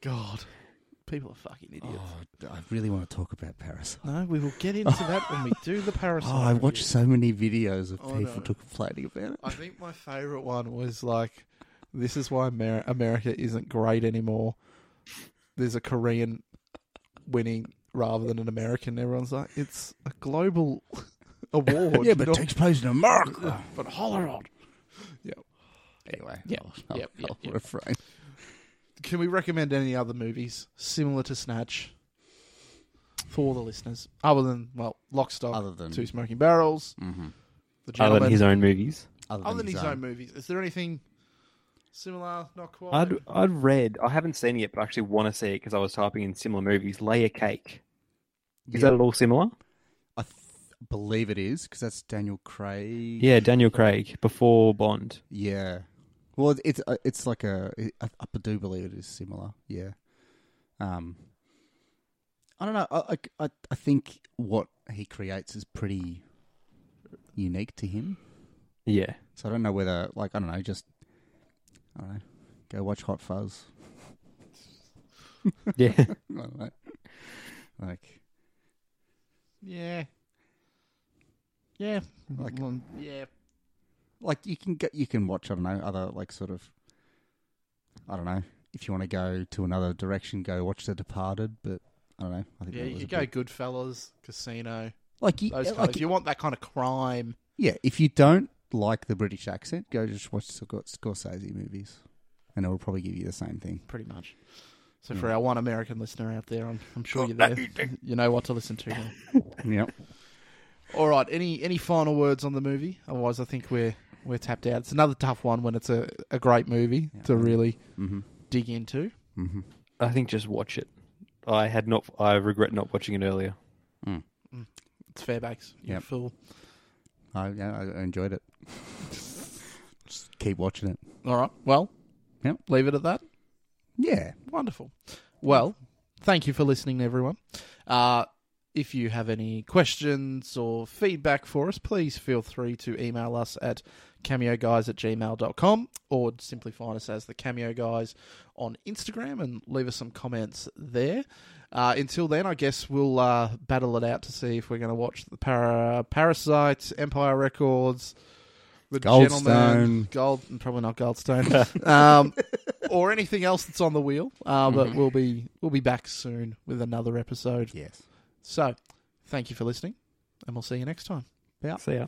[SPEAKER 1] God, people are fucking idiots.
[SPEAKER 2] Oh, I really want to talk about Parasite.
[SPEAKER 1] No, we will get into that when we do the Parasite.
[SPEAKER 2] (laughs) Oh, I
[SPEAKER 1] review.
[SPEAKER 2] watched so many videos of
[SPEAKER 1] Oh,
[SPEAKER 2] people
[SPEAKER 1] no.
[SPEAKER 2] complaining about it.
[SPEAKER 1] I think my favorite one was like, "This is why Amer- America isn't great anymore." There's a Korean winning rather than an American. Everyone's like, "It's a global (laughs) award."
[SPEAKER 2] yeah, but it
[SPEAKER 1] not-
[SPEAKER 2] takes place in America.
[SPEAKER 1] but holler on.
[SPEAKER 2] Anyway,
[SPEAKER 1] Yep,
[SPEAKER 2] I'll, I'll,
[SPEAKER 1] yep, yep,
[SPEAKER 2] I'll
[SPEAKER 1] yep.
[SPEAKER 2] refrain.
[SPEAKER 1] Can we recommend any other movies similar to Snatch for the listeners, other than well, Lock, Stock,
[SPEAKER 2] Other than-
[SPEAKER 1] Oh, Two Smoking Barrels,
[SPEAKER 2] Mm-hmm.
[SPEAKER 1] The
[SPEAKER 3] Other
[SPEAKER 1] Gentleman,
[SPEAKER 3] than his own movies.
[SPEAKER 1] other than his own movies? Is there anything similar? Not quite.
[SPEAKER 3] I'd I'd read. I haven't seen it yet, but I actually want to see it because I was typing in similar movies. Layer Cake. Is that at all similar?
[SPEAKER 2] I th- believe it is because that's Daniel Craig.
[SPEAKER 3] Yeah, Daniel Craig before Bond.
[SPEAKER 2] Yeah. Well, it- it's uh, it's like a it- I, I do believe it is similar. Yeah. Um. I don't know. I, I- I I think what he creates is pretty unique to him.
[SPEAKER 3] (laughs) Yeah.
[SPEAKER 2] So I don't know whether like I don't know just I don't know go watch Hot Fuzz.
[SPEAKER 3] Yeah.
[SPEAKER 2] I don't know. Like
[SPEAKER 1] Yeah. Yeah.
[SPEAKER 2] Like-
[SPEAKER 1] Mm, yeah.
[SPEAKER 2] like you can get you can watch I don't know other like sort of I don't know if you want to go to another direction go watch The Departed but I don't know I think
[SPEAKER 1] Yeah,
[SPEAKER 2] that
[SPEAKER 1] you
[SPEAKER 2] was
[SPEAKER 1] could
[SPEAKER 2] a
[SPEAKER 1] go
[SPEAKER 2] bit-
[SPEAKER 1] Goodfellas, Casino,
[SPEAKER 2] like you
[SPEAKER 1] those
[SPEAKER 2] yeah,
[SPEAKER 1] kind
[SPEAKER 2] like,
[SPEAKER 1] If you want that kind of crime,
[SPEAKER 2] yeah if you don't like the British accent go just watch Scor- Scorsese movies and it will probably give you the same thing
[SPEAKER 1] pretty much. So
[SPEAKER 2] Hmm.
[SPEAKER 1] for our one American listener out there, I'm, I'm
[SPEAKER 2] Oh,
[SPEAKER 1] sure you're
[SPEAKER 2] (laughs)
[SPEAKER 1] there. You know what to listen to. now.
[SPEAKER 2] yep
[SPEAKER 1] All right. Any any final words on the movie? Otherwise, I think we're we're tapped out. It's another tough one when it's a, a great movie to really
[SPEAKER 2] mm-hmm.
[SPEAKER 1] dig into.
[SPEAKER 2] Mm-hmm.
[SPEAKER 3] I think just watch it. I had not. I regret not watching it earlier.
[SPEAKER 1] It's Fairbanks. You
[SPEAKER 2] Yep.
[SPEAKER 1] fool.
[SPEAKER 2] I, yeah, I enjoyed it (laughs) just keep watching it
[SPEAKER 1] All right. Well.
[SPEAKER 2] Yep.
[SPEAKER 1] Leave it at that.
[SPEAKER 2] yeah
[SPEAKER 1] Wonderful. Well, thank you for listening, everyone. Uh, if you have any questions or feedback for us, please feel free to email us at cameoguys at gmail.com or simply find us as the Cameo Guys on Instagram and leave us some comments there. Uh, until then, I guess we'll uh, battle it out to see if we're going to watch the para- Parasite, Empire Records, The Gentleman,
[SPEAKER 2] Goldstone.
[SPEAKER 1] Gold, probably not Goldstone, um, or anything else that's on the wheel. Uh, but we'll be we'll be back soon with another episode.
[SPEAKER 2] (laughs) yes
[SPEAKER 1] So, thank you for listening, and we'll see you next time.
[SPEAKER 3] See ya.